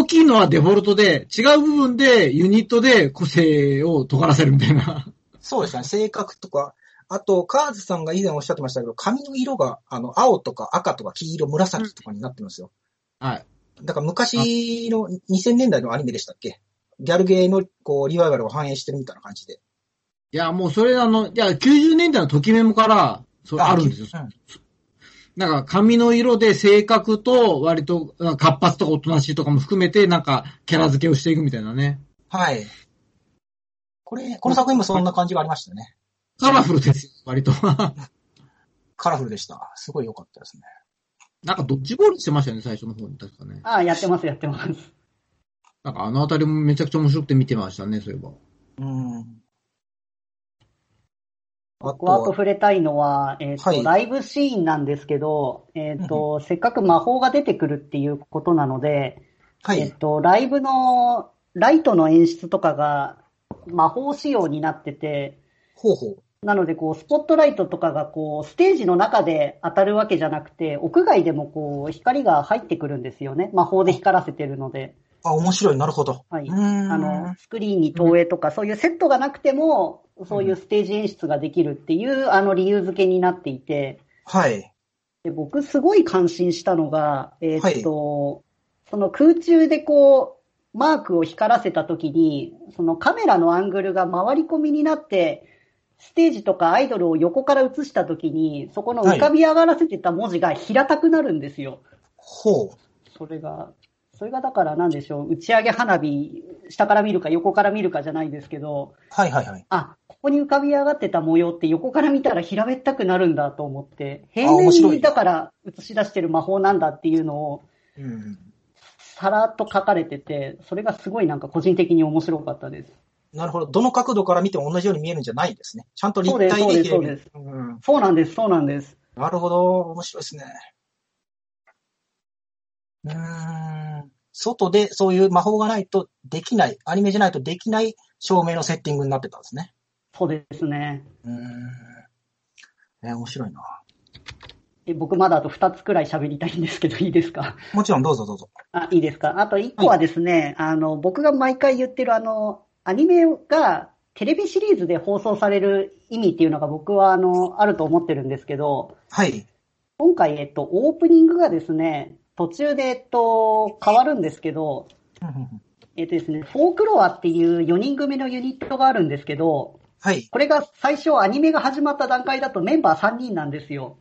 Speaker 2: 大きいのはデフォルトで、違う部分で、ユニットで個性を尖らせるみたいな。
Speaker 1: そうですね。性格とか、あと、カーズさんが以前おっしゃってましたけど、髪の色が、あの、青とか赤とか黄色、紫とかになってるんですよ。
Speaker 2: はい。
Speaker 1: だから昔の2000年代のアニメでしたっけギャルゲーのこうリバイバルを反映してるみたいな感じで。
Speaker 2: いや、もうそれあの、いや、90年代のときメモから、それあるんですよ。
Speaker 1: うん
Speaker 2: なんか髪の色で性格と割となんか活発とかおとなしいとかも含めてなんかキャラ付けをしていくみたいなね。
Speaker 1: はい。これ、この作品もそんな感じがありましたね。
Speaker 2: カラフルですよ、割と。
Speaker 1: カラフルでした。すごい良かったですね。
Speaker 2: なんかドッジボールしてましたよね、最初の方に確かね。
Speaker 3: ああ、やってます、やってます。
Speaker 2: なんかあのあたりもめちゃくちゃ面白くて見てましたね、そういえば。
Speaker 1: うん。あと
Speaker 3: 僕はあと
Speaker 1: は、
Speaker 3: 触れたいのは、えっ、と、
Speaker 1: はい
Speaker 3: ライブシーンなんですけど、えっ、と、せっかく魔法が出てくるっていうことなので、
Speaker 1: は
Speaker 3: えっ、
Speaker 1: い。
Speaker 3: と、ライブの、ライトの演出とかが魔法仕様になってて、
Speaker 1: ほうほう。
Speaker 3: なので、こう、スポットライトとかが、こう、ステージの中で当たるわけじゃなくて、屋外でも、こう、光が入ってくるんですよね。魔法で光らせてるので。
Speaker 1: あ、面白い。なるほど。
Speaker 3: はいう
Speaker 1: ーん。
Speaker 3: あの、スクリーンに投影とか、そういうセットがなくても、そういうステージ演出ができるっていう、あの理由付けになっていて、
Speaker 1: はい。
Speaker 3: で僕すごい感心したのが、えーっと、その空中でこう、マークを光らせた時に、そのカメラのアングルが回り込みになって、ステージとかアイドルを横から映した時に、そこの浮かび上がらせてた文字が平たくなるんですよ。
Speaker 1: ほう。
Speaker 3: それが、それがだからなんでしょう、打ち上げ花火、下から見るか横から見るかじゃないですけど、
Speaker 1: はいはいはい。
Speaker 3: あ、ここに浮かび上がってた模様って横から見たら平べったくなるんだと思って、平
Speaker 1: 面
Speaker 3: 面
Speaker 1: 白
Speaker 3: に
Speaker 1: い
Speaker 3: だから映し出してる魔法なんだっていうのを
Speaker 1: うん。
Speaker 3: さらっと書かれてて、それがすごいなんか個人的に面白かったです。
Speaker 1: なるほど。どの角度から見ても同じように見えるんじゃないんですね。ちゃんと立体
Speaker 3: そう
Speaker 1: で
Speaker 3: で
Speaker 1: き
Speaker 3: す
Speaker 1: る
Speaker 3: そうですそ
Speaker 1: うん。
Speaker 3: そうなんです、そうなんです。
Speaker 1: なるほど。面白いですね。うーん。外でそういう魔法がないとできない、アニメじゃないとできない照明のセッティングになってたんですね。
Speaker 3: そうですね。
Speaker 1: うーん。えー面白いな。
Speaker 3: え僕まだあと2つくらい喋りたいんですけど、いいですか
Speaker 1: もちろんどうぞどうぞ。
Speaker 3: あ、いいですか。あと一個はですね、あの、僕が毎回言ってるあの、アニメがテレビシリーズで放送される意味っていうのが僕はあの、あると思ってるんですけど、
Speaker 1: はい。
Speaker 3: 今回、えっと、オープニングがですね、途中で、えっと、変わるんですけど、
Speaker 1: うんうんうん
Speaker 3: えっとですね、フォークロアっていう4人組のユニットがあるんですけど、
Speaker 1: はい。
Speaker 3: これが最初アニメが始まった段階だとメンバー3人なんですよ。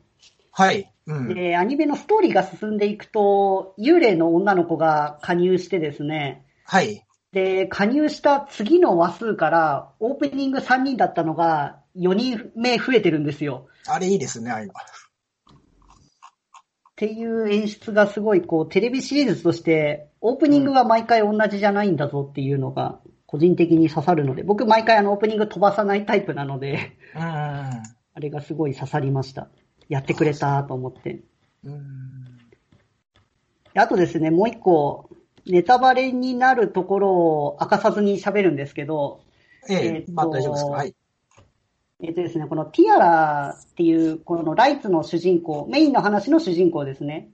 Speaker 1: はい。うん。
Speaker 3: で、アニメのストーリーが進んでいくと、幽霊の女の子が加入してですね、
Speaker 1: はい。
Speaker 3: で、加入した次の話数から、オープニング3人だったのが、4人目増えてるんですよ。
Speaker 1: あれいいですね、ああいうの。
Speaker 3: っていう演出がすごい、こう、テレビシリーズとして、オープニングが毎回同じじゃないんだぞっていうのが、個人的に刺さるので、僕毎回あの、オープニング飛ばさないタイプなので、
Speaker 1: うーん。
Speaker 3: あれがすごい刺さりました。やってくれたと思って。
Speaker 1: うーん
Speaker 3: であとですね、もう一個、ネタバレになるところを明かさずに喋るんですけど、
Speaker 1: え
Speaker 3: えー
Speaker 1: え
Speaker 3: っ、と
Speaker 1: まあ大丈夫ですか。はい。
Speaker 3: えっとですね、このティアラっていう、このライツの主人公、メインの話の主人公ですね。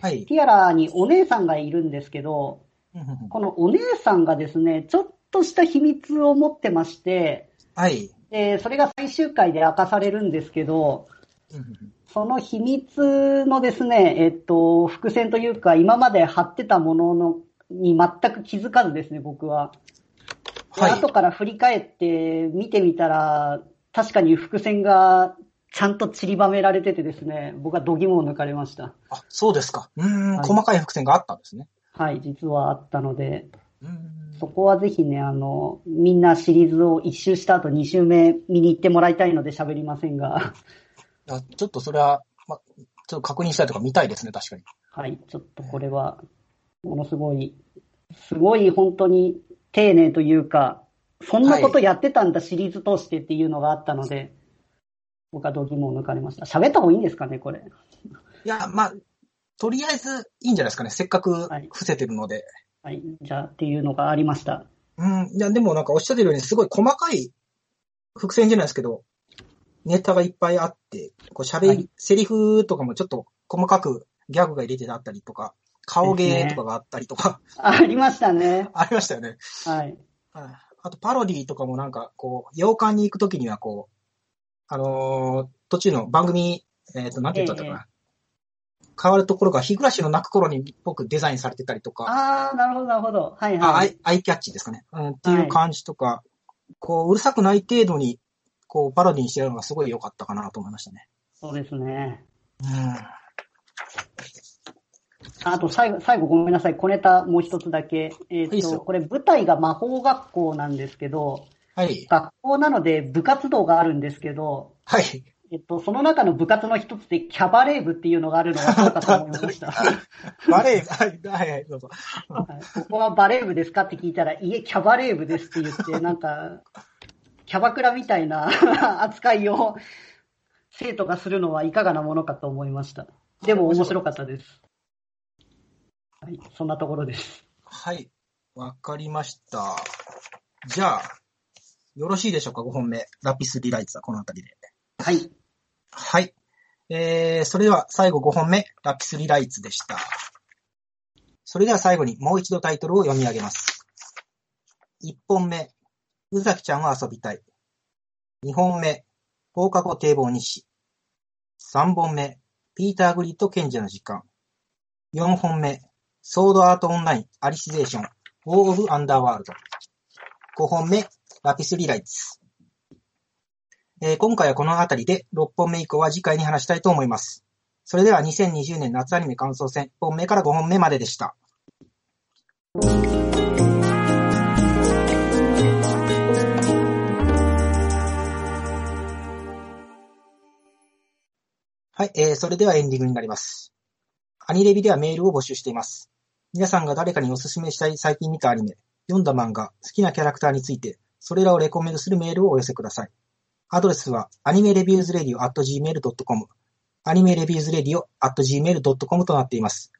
Speaker 1: はい。
Speaker 3: ティアラにお姉さんがいるんですけど、
Speaker 1: うんうんうん
Speaker 3: このお姉さんがですね、ちょっとした秘密を持ってまして、
Speaker 1: はい。
Speaker 3: で、それが最終回で明かされるんですけど、
Speaker 1: うんうんうん
Speaker 3: その秘密のですね、えっと、伏線というか、今まで貼ってたものの、に全く気づかずですね、僕は。で
Speaker 1: はい
Speaker 3: 後から振り返って見てみたら、確かに伏線がちゃんと散りばめられててですね、僕は度肝を抜かれました。
Speaker 1: あ、そうですか。うーん、
Speaker 3: はい
Speaker 1: 細かい伏線があったんですね。
Speaker 3: はい、実はあったので、
Speaker 1: うーん
Speaker 3: そこはぜひね、あの、みんなシリーズを1周した後2周目見に行ってもらいたいので喋りませんが、
Speaker 1: あちょっとそれは、まあ、ちょっと確認したいとか見たいですね、確かに。
Speaker 3: はい、ちょっとこれは、ものすごい、すごい本当に丁寧というか、そんなことやってたんだシリーズ通してっていうのがあったので、僕は度肝を抜かれました。喋った方がいいんですかね、これ。
Speaker 1: いや、まあ、とりあえずいいんじゃないですかね。せっかく
Speaker 3: はい
Speaker 1: 伏せてるので。
Speaker 3: はい、じゃあっていうのがありました。
Speaker 1: うん、いや、でもなんかおっしゃってるように、すごい細かい伏線じゃないですけど、ネタがいっぱいあって、こう喋り、
Speaker 3: はい
Speaker 1: セリフとかもちょっと細かくギャグが入れてあったりとか、顔芸とかがあったりとか、
Speaker 3: あありましたね。
Speaker 1: ありましたよね。
Speaker 3: はい。
Speaker 1: はいあと、パロディとかもなんか、こう、洋館に行くときには、こう、あのー途中の番組、えっ、と、なんて言ったんだったかな。変わるところが、日暮らしの泣く頃に僕デザインされてたりとか、
Speaker 3: ああ、なるほど、なるほど。はい
Speaker 1: あア
Speaker 3: はい。
Speaker 1: イアイキャッチですかね。うん、っていう感じとか、こう、うるさくない程度に、こう、パロディにしてるのがすごい良かったかなと思いましたね。
Speaker 3: そうですね。
Speaker 1: う
Speaker 3: あと最後、最後ごめんなさい。小ネタもう一つだけ。えっ、
Speaker 1: いいっす
Speaker 3: と、
Speaker 1: よ
Speaker 3: これ舞台が魔法学校なんですけど、
Speaker 1: ん。はい。
Speaker 3: 学校なので部活動があるんですけど、
Speaker 1: はい。
Speaker 3: えっと、その中の部活の一つでキャバレー部っていうのがあるのがそうかと思い ました。はい
Speaker 1: バレエ、はい、はい、はい、どうぞ。
Speaker 3: ここはバレー部ですかって聞いたら、いえ、キャバレー部ですって言って、なんか、キャバクラみたいな 扱いを生徒がするのはいかがなものかと思いました。でも面白かったです。はい、そんなところです。
Speaker 1: はい。わかりました。じゃあ、よろしいでしょうか、5本目。ラピス・リライツはこの辺りで。
Speaker 3: はい。
Speaker 1: はい。えー、それでは最後5本目、ラピス・リライツでした。それでは最後にもう一度タイトルを読み上げます。1本目、宇崎ちゃんは遊びたい。2本目、放課後堤防日誌。3本目、ピーター・グリッド賢者の時間。4本目、ソードアートオンライン、アリシゼーション、ウォー・オブ・アンダーワールド。5本目、ラピスリライツ。えー今回はこの辺りで、6本目以降は次回に話したいと思います。それでは2020年夏アニメ感想戦、1本目から5本目まででした。はい、えーそれではエンディングになります。アニレビではメールを募集しています。皆さんが誰かにおすすめしたい最近見たアニメ、読んだ漫画、好きなキャラクターについて、それらをレコメンドするメールをお寄せください。アドレスは、アニメレビューズレディオ at gmail.com、アニメレビューズレディオ at gmail.com となっています。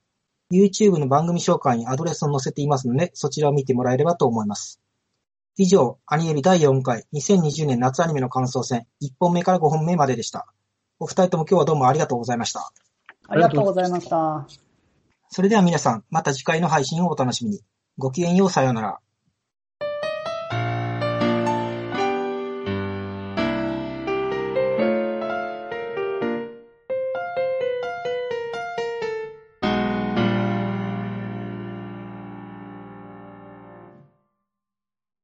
Speaker 1: YouTube の番組紹介にアドレスを載せていますので、そちらを見てもらえればと思います。以上、アニレビ第4回2020年夏アニメの感想戦、1本目から5本目まででした。お二人とも今日はどうもありがとうございました。
Speaker 3: ありがとうございました。
Speaker 1: それでは皆さん、また次回の配信をお楽しみに。ごきげんよう、さようなら。